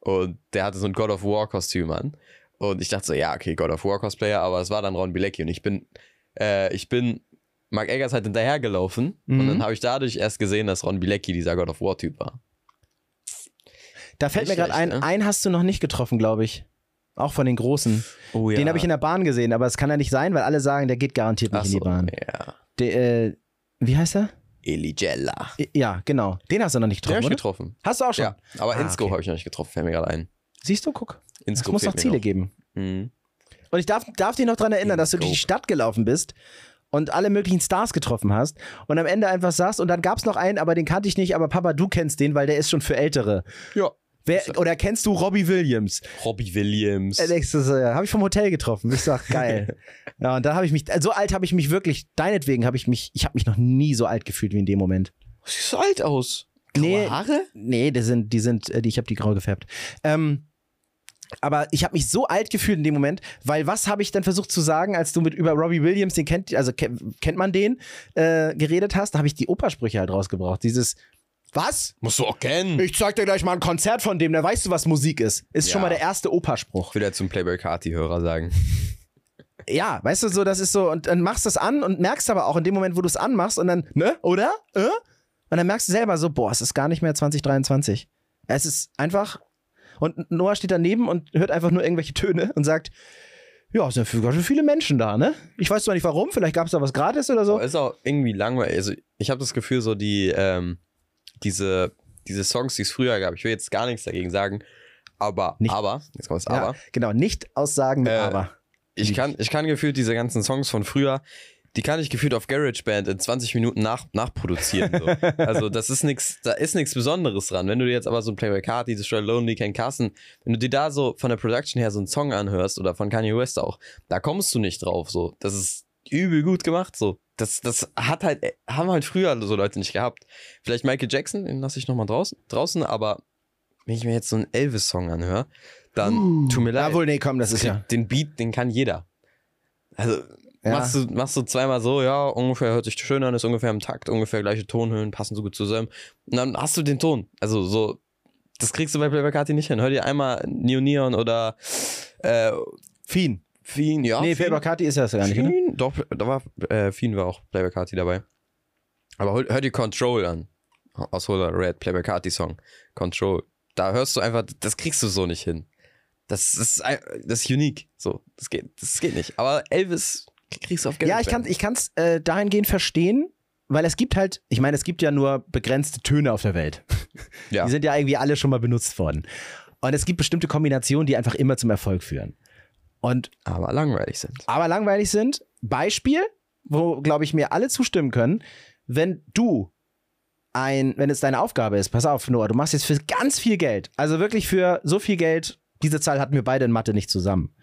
Speaker 2: Und der hatte so ein God of War Kostüm an. Und ich dachte so, ja, okay, God of War Cosplayer, aber es war dann Ron Bilecki. Und ich bin, äh, ich bin Mark Eggers halt hinterhergelaufen.
Speaker 1: Mhm.
Speaker 2: Und dann habe ich dadurch erst gesehen, dass Ron Bilecki dieser God of War Typ war.
Speaker 1: Da fällt mir
Speaker 2: Nicht
Speaker 1: gerade ein,
Speaker 2: schlecht, ne?
Speaker 1: einen hast du noch nicht getroffen, glaube ich. Auch von den Großen.
Speaker 2: Oh
Speaker 1: Den habe ich in der Bahn gesehen, aber es kann ja nicht sein, weil alle sagen, der geht garantiert nicht
Speaker 2: Ach
Speaker 1: in die
Speaker 2: so,
Speaker 1: Bahn.
Speaker 2: ja.
Speaker 1: Der, äh, wie heißt er?
Speaker 2: Eligella.
Speaker 1: I- Ja, genau. Den hast du noch nicht
Speaker 2: Den habe
Speaker 1: getroffen, oder?
Speaker 2: ich getroffen.
Speaker 1: Hast du auch schon.
Speaker 2: Ja, aber
Speaker 1: Ah,
Speaker 2: Insco
Speaker 1: okay.
Speaker 2: habe ich noch nicht getroffen, fällt mir gerade ein.
Speaker 1: Siehst du, guck. Es
Speaker 2: Insco
Speaker 1: muss noch
Speaker 2: fehlt
Speaker 1: Ziele
Speaker 2: mir
Speaker 1: geben.
Speaker 2: Mhm.
Speaker 1: Und ich darf, darf dich noch daran erinnern, dass du durch die
Speaker 2: Scope.
Speaker 1: Stadt gelaufen bist und alle möglichen Stars getroffen hast und am Ende einfach saßt und dann gab es noch einen, aber den kannte ich nicht, aber Papa, du kennst den, weil der ist schon für Ältere.
Speaker 2: Ja.
Speaker 1: Wer, oder kennst du Robbie Williams?
Speaker 2: Robbie Williams.
Speaker 1: Alex, das äh, habe ich vom Hotel getroffen. Ich sag, geil. ja, und dann habe ich mich, so alt habe ich mich wirklich, deinetwegen habe ich mich, ich habe mich noch nie so alt gefühlt wie in dem Moment.
Speaker 2: Siehst so alt aus. Graue
Speaker 1: Nee.
Speaker 2: Haare?
Speaker 1: Nee, die sind, die sind, äh, die, ich habe die grau gefärbt. Ähm, aber ich habe mich so alt gefühlt in dem Moment, weil was habe ich dann versucht zu sagen, als du mit über Robbie Williams, den kennt, also ke kennt man den, äh, geredet hast, da habe ich die Opersprüche halt rausgebracht. Dieses Was?
Speaker 2: Musst du auch kennen.
Speaker 1: Ich zeig dir gleich mal ein Konzert von dem, da weißt du, was Musik ist. Ist schon
Speaker 2: Ja.
Speaker 1: mal der erste Operspruch.
Speaker 2: Ich will ja zum Playboy Carti-Hörer sagen.
Speaker 1: Ja, weißt du, so, das ist so, und dann machst du es an und merkst aber auch in dem Moment, wo du es anmachst und dann, ne, oder? Äh? Und dann merkst du selber so, boah, es ist gar nicht mehr 2023. Es ist einfach. Und Noah steht daneben und hört einfach nur irgendwelche Töne und sagt, ja, es sind ja ganz schön viele Menschen da, ne? Ich weiß zwar nicht warum, vielleicht gab es da was gratis oder so.
Speaker 2: Aber ist auch irgendwie langweilig. Also ich habe das Gefühl, so die, ähm, diese, diese Songs, die es früher gab, ich will jetzt gar nichts dagegen sagen, aber,
Speaker 1: Nicht-
Speaker 2: aber, jetzt kommt das
Speaker 1: Ja,
Speaker 2: Aber.
Speaker 1: genau, nicht aussagen mit
Speaker 2: Äh,
Speaker 1: aber.
Speaker 2: Ich kann, ich kann gefühlt diese ganzen Songs von früher, die kann ich gefühlt auf GarageBand in 20 Minuten nach, nachproduzieren. So. also das ist nichts, da ist nichts Besonderes dran. Wenn du dir jetzt aber so ein Playboy Carti, Destroy Lonely, Ken Carson, wenn du dir da so von der Production her so einen Song anhörst oder von Kanye West auch, da kommst du nicht drauf. So, das ist übel gut gemacht. So, das, das hat halt, haben halt früher so Leute nicht gehabt. Vielleicht Michael Jackson, den lasse ich nochmal draußen, draußen, aber wenn ich mir jetzt so einen Elvis-Song anhöre, dann
Speaker 1: Uh,
Speaker 2: tut mir leid.
Speaker 1: Na wohl, nee, komm, das ist ja.
Speaker 2: Den Beat, den kann jeder. Also
Speaker 1: Ja.
Speaker 2: machst, du, machst du zweimal so, ja, ungefähr hört sich schön an, ist ungefähr im Takt, ungefähr gleiche Tonhöhen, passen so gut zusammen. Und dann hast du den Ton. Also so, das kriegst du bei Playback Party nicht hin. Hör dir einmal Neo Neon oder äh,
Speaker 1: Fien.
Speaker 2: Fien, ja.
Speaker 1: nee,
Speaker 2: Fien,
Speaker 1: Faber Kati ist das gar nicht, ne?
Speaker 2: Fien, doch, da war, äh, Fien war auch Playback Party dabei. Aber hol, hör dir Control an. Aus Hola Red, Playback Party Song. Control. Da hörst du einfach, das kriegst du so nicht hin. Das ist, ein- das ist unique. So, das geht, das geht nicht. Aber Elvis kriegst du auf
Speaker 1: Ja, ich
Speaker 2: Geld.
Speaker 1: kann es ich kann's, äh, dahingehend verstehen, weil es gibt halt, ich meine, es gibt ja nur begrenzte Töne auf der Welt.
Speaker 2: Ja.
Speaker 1: Die sind ja irgendwie alle schon mal benutzt worden. Und es gibt bestimmte Kombinationen, die einfach immer zum Erfolg führen. Und
Speaker 2: aber langweilig sind.
Speaker 1: aber langweilig sind. Beispiel, wo, glaube ich, mir alle zustimmen können, wenn du ein, wenn es deine Aufgabe ist, pass auf, Noah, du machst jetzt für ganz viel Geld, also wirklich für so viel Geld, diese Zahl hatten wir beide in Mathe nicht zusammen.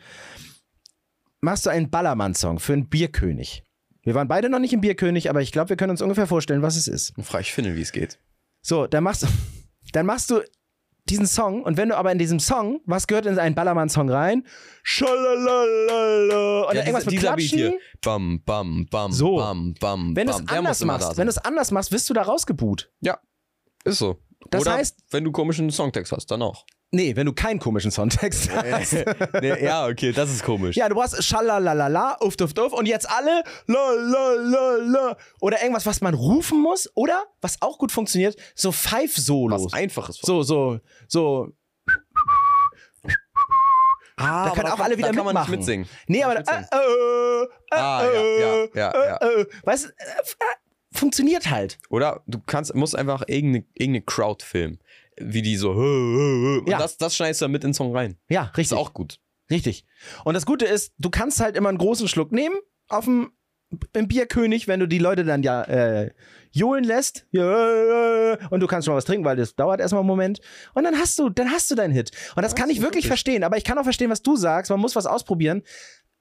Speaker 1: Machst du einen Ballermann-Song für einen Bierkönig? Wir waren beide noch nicht im Bierkönig, aber ich glaube, wir können uns ungefähr vorstellen, was es ist.
Speaker 2: Dann frage ich Finne, wie es geht.
Speaker 1: So, dann machst, [laughs] dann machst du diesen Song und wenn du aber in diesem Song, was gehört in einen Ballermann-Song rein? Schalalala. Und dann irgendwas mit Klatschen.
Speaker 2: Bam, bam, bam,
Speaker 1: So.
Speaker 2: bam, bam,
Speaker 1: Wenn du
Speaker 2: bam.
Speaker 1: es
Speaker 2: Der muss
Speaker 1: anders
Speaker 2: immer da
Speaker 1: machst,
Speaker 2: sein.
Speaker 1: wenn du es anders machst, wirst du da rausgeboot.
Speaker 2: Ist so.
Speaker 1: Das
Speaker 2: Oder
Speaker 1: heißt-
Speaker 2: wenn du komischen Songtext hast,
Speaker 1: [laughs]
Speaker 2: dann auch.
Speaker 1: Nee, wenn du keinen komischen Songtext hast.
Speaker 2: Nee, ja, okay, das ist komisch.
Speaker 1: Ja, du brauchst schalalalala, uff, uff, uff und jetzt alle la, la, la, la. oder irgendwas, was man rufen muss oder was auch gut funktioniert, so Pfeif-Solos.
Speaker 2: Was einfaches.
Speaker 1: So, so, so.
Speaker 2: Ah,
Speaker 1: Da
Speaker 2: aber
Speaker 1: können auch alle wieder
Speaker 2: da kann man nicht
Speaker 1: mitmachen.
Speaker 2: mitsingen.
Speaker 1: Nee, aber
Speaker 2: Kann
Speaker 1: äh,
Speaker 2: ich
Speaker 1: äh, äh,
Speaker 2: Ah, ja,
Speaker 1: äh,
Speaker 2: ja, ja,
Speaker 1: äh, äh. weißt du, äh, f- äh, funktioniert halt.
Speaker 2: Oder du kannst, musst einfach irgendeine, irgendeine Crowd filmen. Wie die so. Und
Speaker 1: Ja. Hm.
Speaker 2: das, das schneidest du dann mit in den Song rein.
Speaker 1: Ja,
Speaker 2: Ist
Speaker 1: richtig.
Speaker 2: auch gut.
Speaker 1: Richtig. Und das Gute ist, du kannst halt immer einen großen Schluck nehmen auf dem im Bierkönig, wenn du die Leute dann ja äh, johlen lässt. Ja, Und du kannst schon mal was trinken, weil das dauert erstmal einen Moment. Und dann hast du, dann hast du deinen Hit. Und das kann
Speaker 2: Ja, das
Speaker 1: ich
Speaker 2: ist
Speaker 1: wirklich
Speaker 2: wirklich-
Speaker 1: verstehen. Aber ich kann auch verstehen, was du sagst. Man muss was ausprobieren.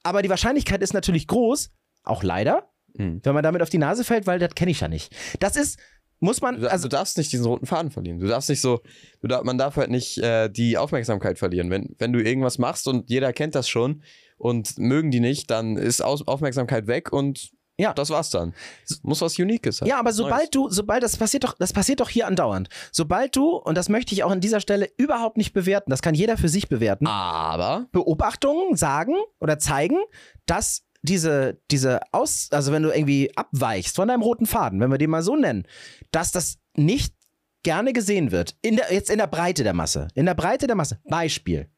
Speaker 1: Aber die Wahrscheinlichkeit ist natürlich groß, auch leider,
Speaker 2: Mhm.
Speaker 1: wenn man damit auf die Nase fällt, weil das kenne ich ja nicht. Das ist, muss man,
Speaker 2: Du, also,
Speaker 1: also
Speaker 2: du darfst nicht diesen roten Faden verlieren. Du darfst nicht so, du darf, man darf halt nicht äh, die Aufmerksamkeit verlieren. Wenn, wenn du irgendwas machst und jeder kennt das schon und mögen die nicht, dann ist Aus Aufmerksamkeit weg und
Speaker 1: Ja.
Speaker 2: das war's dann. Muss was Uniques sein.
Speaker 1: Ja, aber sobald du, sobald das passiert doch, das passiert doch hier andauernd. Sobald du, und das möchte ich auch an dieser Stelle überhaupt nicht bewerten, das kann jeder für sich bewerten,
Speaker 2: Aber
Speaker 1: Beobachtungen sagen oder zeigen, dass diese, diese Aus, also wenn du irgendwie abweichst von deinem roten Faden, wenn wir den mal so nennen, dass das nicht gerne gesehen wird. In der, jetzt in der Breite der Masse. In der Breite der Masse. Beispiel.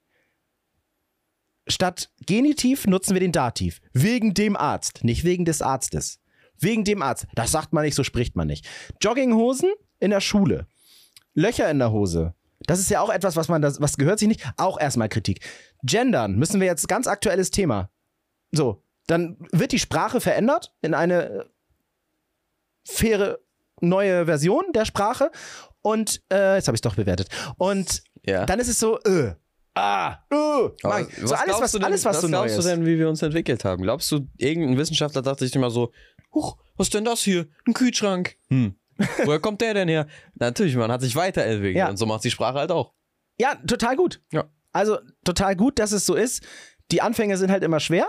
Speaker 1: Statt Genitiv nutzen wir den Dativ. Wegen dem Arzt, nicht wegen des Arztes. Wegen dem Arzt. Das sagt man nicht, so spricht man nicht. Jogginghosen in der Schule. Löcher in der Hose. Das ist ja auch etwas, was man das, was gehört sich nicht. Auch erstmal Kritik. Gendern müssen wir jetzt ganz aktuelles Thema. So, dann wird die Sprache verändert in eine äh, faire neue Version der Sprache. Und äh, jetzt habe ich doch bewertet. Und
Speaker 2: ja.
Speaker 1: dann ist es so, äh, ah, äh, mach ich. so alles,
Speaker 2: glaubst
Speaker 1: was,
Speaker 2: du denn,
Speaker 1: alles, was so neu
Speaker 2: glaubst
Speaker 1: ist.
Speaker 2: du denn, wie wir uns entwickelt haben? Glaubst du, irgendein Wissenschaftler dachte sich immer so, huch, was ist denn das hier? Ein Kühlschrank. Hm. [laughs] Woher kommt der denn her? Natürlich, man hat sich weiterentwickelt
Speaker 1: Ja.
Speaker 2: und so macht die Sprache halt auch.
Speaker 1: Ja, total gut.
Speaker 2: Ja.
Speaker 1: Also total gut, dass es so ist. Die Anfänge sind halt immer schwer.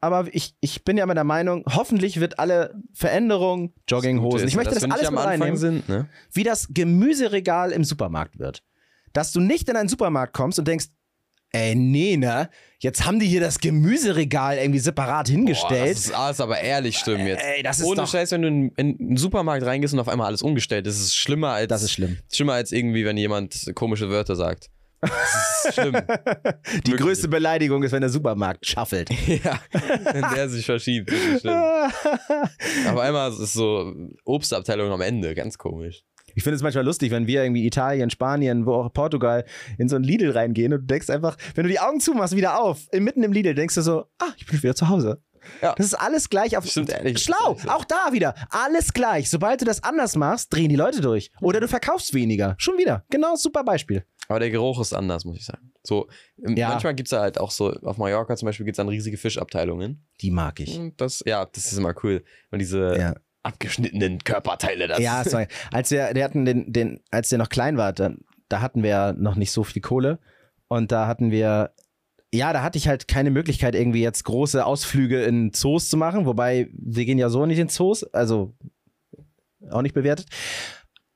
Speaker 1: Aber ich, ich bin ja immer der Meinung, hoffentlich wird alle Veränderungen, Jogginghosen, ich möchte das,
Speaker 2: wenn
Speaker 1: alles
Speaker 2: am
Speaker 1: mit
Speaker 2: Anfang
Speaker 1: reinnehmen,
Speaker 2: sind, ne?
Speaker 1: wie das Gemüseregal im Supermarkt wird. Dass du nicht in einen Supermarkt kommst und denkst, ey, nee, ne, jetzt haben die hier das Gemüseregal irgendwie separat
Speaker 2: Boah,
Speaker 1: hingestellt.
Speaker 2: das ist alles aber ehrlich stimmen jetzt.
Speaker 1: ey, das ist
Speaker 2: Ohne
Speaker 1: doch-
Speaker 2: Scheiß, wenn du in, in einen Supermarkt reingehst und auf einmal alles umgestellt ist, ist es schlimmer als
Speaker 1: Das ist schlimm.
Speaker 2: schlimmer als irgendwie, wenn jemand komische Wörter sagt. Das
Speaker 1: [laughs]
Speaker 2: ist schlimm.
Speaker 1: Die größte Beleidigung ist, wenn der Supermarkt schaffelt.
Speaker 2: [laughs] ja, wenn der sich verschiebt. Das
Speaker 1: [laughs]
Speaker 2: ist schlimm. Auf einmal ist es so Obstabteilung am Ende, ganz komisch.
Speaker 1: Ich finde es manchmal lustig, wenn wir irgendwie Italien, Spanien, wo auch Portugal in so ein Lidl reingehen und du denkst einfach, wenn du die Augen zumachst, wieder auf, mitten im Lidl, denkst du so, ah, ich bin wieder zu Hause.
Speaker 2: Ja.
Speaker 1: Das ist alles gleich auf.
Speaker 2: Stimmt, ehrlich.
Speaker 1: Schlau, auch da wieder. Alles gleich. Sobald du das anders machst, drehen die Leute durch. Oder du verkaufst weniger. Schon wieder. Genau, super Beispiel.
Speaker 2: Aber der Geruch ist anders, muss ich sagen. So, ähm,
Speaker 1: Ja.
Speaker 2: manchmal gibt es halt auch so, auf Mallorca zum Beispiel gibt es dann riesige Fischabteilungen.
Speaker 1: Die mag ich.
Speaker 2: Und Das, ja, das ist immer cool. Und diese
Speaker 1: Ja.
Speaker 2: abgeschnittenen Körperteile das.
Speaker 1: Ja,
Speaker 2: [laughs]
Speaker 1: sorry. Als wir, wir hatten den, den, als der noch klein war, da, da hatten wir noch nicht so viel Kohle. Und da hatten wir, ja, da hatte ich halt keine Möglichkeit, irgendwie jetzt große Ausflüge in Zoos zu machen. Wobei, wir gehen ja so nicht in Zoos, also auch nicht bewertet.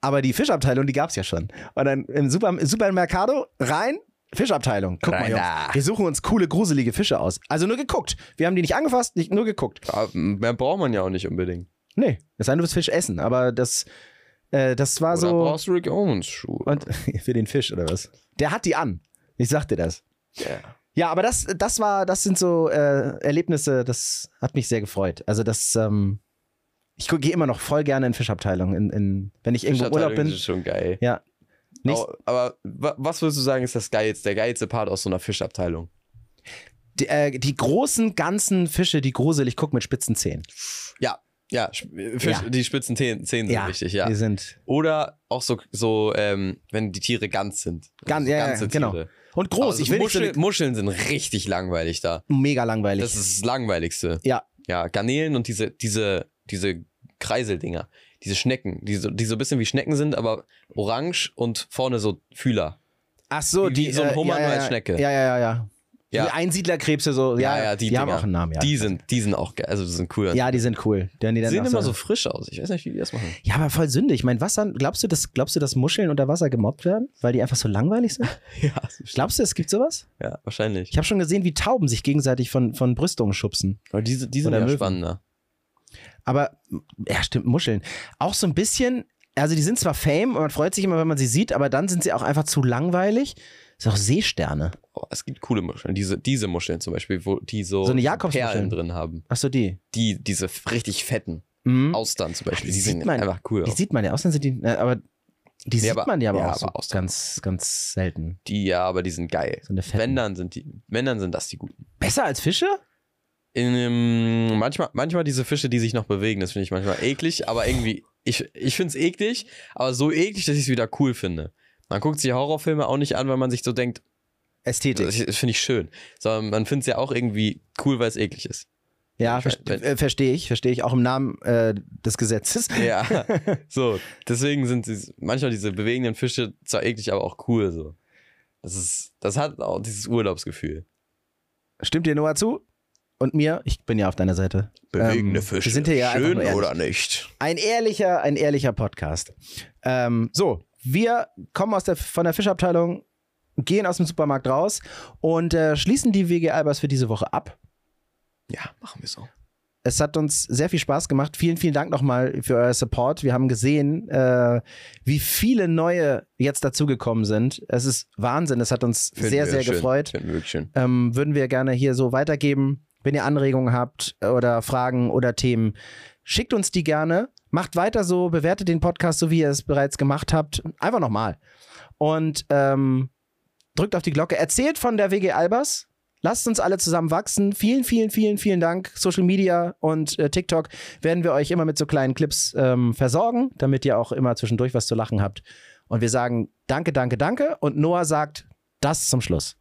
Speaker 1: Aber die Fischabteilung, die gab es ja schon. Und dann im, Super, im Supermercado rein, Fischabteilung. Guck mal,
Speaker 2: Rein
Speaker 1: Jungs,
Speaker 2: da.
Speaker 1: wir suchen uns coole, gruselige Fische aus. Also nur geguckt. Wir haben die nicht angefasst, nicht, nur geguckt.
Speaker 2: Aber Ah, Mehr braucht man ja auch nicht unbedingt.
Speaker 1: Nee, es sei denn, du willst Fisch essen. Aber das, äh, das war
Speaker 2: Oder
Speaker 1: so...
Speaker 2: brauchst du Rick Owens Schuhe.
Speaker 1: Und [laughs] für den Fisch oder was? Der hat die an. Ich sag dir das.
Speaker 2: Ja.
Speaker 1: Ja, aber das, das war, das sind so äh, Erlebnisse, das hat mich sehr gefreut. Also das, ähm, ich gehe immer noch voll gerne in Fischabteilungen, in, in, wenn ich irgendwo im Urlaub
Speaker 2: Fischabteilungen
Speaker 1: bin.
Speaker 2: sind schon geil.
Speaker 1: Ja. Nicht-
Speaker 2: Aber, aber wa- was würdest du sagen, ist das geilste, der geilste Part aus so einer Fischabteilung?
Speaker 1: Die, äh, die großen, ganzen Fische, die gruselig gucken mit spitzen Zähnen.
Speaker 2: Ja, ja, Sch- Fisch,
Speaker 1: Ja.
Speaker 2: die spitzen Zähne, Zähne sind wichtig, ja.
Speaker 1: Die sind
Speaker 2: Oder auch so, so ähm, wenn die Tiere ganz sind.
Speaker 1: ganz,
Speaker 2: Also
Speaker 1: ja, ja,
Speaker 2: ganze
Speaker 1: genau.
Speaker 2: Tiere.
Speaker 1: Und
Speaker 2: Groß,
Speaker 1: groß,
Speaker 2: also
Speaker 1: ich will
Speaker 2: Muscheln,
Speaker 1: nicht so
Speaker 2: Muscheln sind richtig langweilig da.
Speaker 1: eine, mega langweilig.
Speaker 2: Das ist das Langweiligste.
Speaker 1: Ja.
Speaker 2: Ja, Garnelen und diese, diese, diese Kreiseldinger, diese Schnecken, die so, die so ein bisschen wie Schnecken sind, aber orange und vorne so Fühler.
Speaker 1: Ach so,
Speaker 2: wie- wie
Speaker 1: die
Speaker 2: so ein
Speaker 1: äh,
Speaker 2: Hummer
Speaker 1: ja,
Speaker 2: nur
Speaker 1: ja,
Speaker 2: als
Speaker 1: ja.
Speaker 2: Schnecke.
Speaker 1: Ja, ja, ja, ja.
Speaker 2: Ja.
Speaker 1: Die Einsiedlerkrebse so, ja, ja, die, haben
Speaker 2: Dinger.
Speaker 1: auch einen Namen, ja.
Speaker 2: Die sind, die sind auch geil, also die sind cool.
Speaker 1: ja, die sind cool. Denn die
Speaker 2: die
Speaker 1: dann
Speaker 2: sehen
Speaker 1: auch
Speaker 2: immer so frisch aus. Ich weiß nicht, wie die das machen.
Speaker 1: Ja, aber voll Sünde. Ich meine, Wasser, glaubst du, dass, glaubst du, dass Muscheln unter Wasser gemobbt werden, weil die einfach so langweilig
Speaker 2: [laughs]
Speaker 1: sind?
Speaker 2: Ja,
Speaker 1: Glaubst du, es gibt sowas?
Speaker 2: ja wahrscheinlich.
Speaker 1: Ich habe schon gesehen, wie Tauben sich gegenseitig von, von Brüstungen schubsen.
Speaker 2: Aber die, die sind
Speaker 1: Oder
Speaker 2: ja
Speaker 1: Möwen.
Speaker 2: spannender.
Speaker 1: Aber, ja, stimmt, Muscheln. Auch so ein bisschen, also die sind zwar Fame und man freut sich immer, wenn man sie sieht, aber dann sind sie auch einfach zu langweilig. Ist auch Seesterne.
Speaker 2: Oh, es gibt coole Muscheln. Diese, diese Muscheln zum Beispiel, wo die so,
Speaker 1: So eine Jakobsmuschel.
Speaker 2: Perlen drin haben.
Speaker 1: Achso, die.
Speaker 2: Die, diese f- richtig fetten
Speaker 1: Mhm.
Speaker 2: Austern zum Beispiel.
Speaker 1: die
Speaker 2: Die,
Speaker 1: sieht
Speaker 2: sehen
Speaker 1: man-
Speaker 2: einfach cool
Speaker 1: Die
Speaker 2: aus.
Speaker 1: sieht man ja aus, dann sind die, äh, aber die sieht
Speaker 2: aber-
Speaker 1: man ja aber
Speaker 2: ja,
Speaker 1: auch, so
Speaker 2: aber aus-
Speaker 1: ganz, ganz selten.
Speaker 2: Die, ja, aber die sind geil.
Speaker 1: So eine Fette.
Speaker 2: Wenn dann sind die, wenn dann sind das die guten.
Speaker 1: Besser als Fische?
Speaker 2: In, ähm, manchmal, manchmal diese Fische, die sich noch bewegen, das finde ich manchmal eklig, aber irgendwie, ich, ich finde es eklig, aber so eklig, dass ich es wieder cool finde. Man guckt sich Horrorfilme auch nicht an, weil man sich so denkt,
Speaker 1: Ästhetik.
Speaker 2: das, das finde ich schön. Sondern man findet es ja auch irgendwie cool, weil es eklig ist.
Speaker 1: Ja,
Speaker 2: Ich weiß,
Speaker 1: ver
Speaker 2: wenn-
Speaker 1: äh, verstehe ich, verstehe ich, auch im Namen äh, des Gesetzes.
Speaker 2: Ja. [laughs] so, deswegen sind sie, manchmal diese bewegenden Fische zwar eklig, aber auch cool so. Das ist, das hat auch dieses Urlaubsgefühl.
Speaker 1: Stimmt dir Noah zu? Und mir, ich bin ja auf deiner Seite. Ähm, Wir sind hier ja einfach nur ehrlich.
Speaker 2: nicht?
Speaker 1: Ein ehrlicher, ein ehrlicher Podcast. Ähm, so, wir kommen aus der, von der Fischabteilung, gehen aus dem Supermarkt raus und äh, schließen die WG Albers für diese Woche ab.
Speaker 2: Ja, machen wir so.
Speaker 1: Es hat uns sehr viel Spaß gemacht. Vielen, vielen Dank nochmal für euer Support. Wir haben gesehen, äh, wie viele neue jetzt dazugekommen sind. Es ist Wahnsinn. Es hat uns
Speaker 2: Finden
Speaker 1: sehr,
Speaker 2: wir
Speaker 1: sehr
Speaker 2: schön.
Speaker 1: gefreut.
Speaker 2: Finden wir wirklich schön.
Speaker 1: ähm, würden wir gerne hier so weitergeben. Wenn ihr Anregungen habt äh, oder Fragen oder Themen, schickt uns die gerne. Macht weiter so, bewertet den Podcast, so wie ihr es bereits gemacht habt. Einfach nochmal. Und ähm, drückt auf die Glocke. Erzählt von der WG Albers. Lasst uns alle zusammen wachsen. Vielen, vielen, vielen, vielen Dank. Social Media und äh, TikTok werden wir euch immer mit so kleinen Clips ähm, versorgen, damit ihr auch immer zwischendurch was zu lachen habt. Und wir sagen Danke, danke, danke. Und Noah sagt das zum Schluss.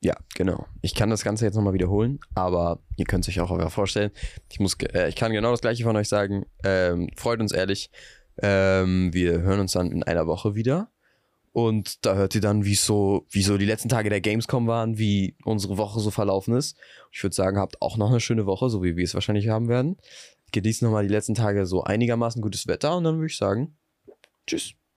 Speaker 2: Ja, genau. Ich kann das Ganze jetzt nochmal wiederholen, aber ihr könnt es euch auch einfach vorstellen. Ich, muss, ge- äh, ich kann genau das gleiche von euch sagen. Ähm, freut uns ehrlich. Ähm, wir hören uns dann in einer Woche wieder. Und da hört ihr dann, wie so, wie so die letzten Tage der Gamescom waren, wie unsere Woche so verlaufen ist. Ich würde sagen, habt auch noch eine schöne Woche, so wie wir es wahrscheinlich haben werden. Genießt nochmal die letzten Tage so einigermaßen gutes Wetter und dann würde ich sagen, tschüss.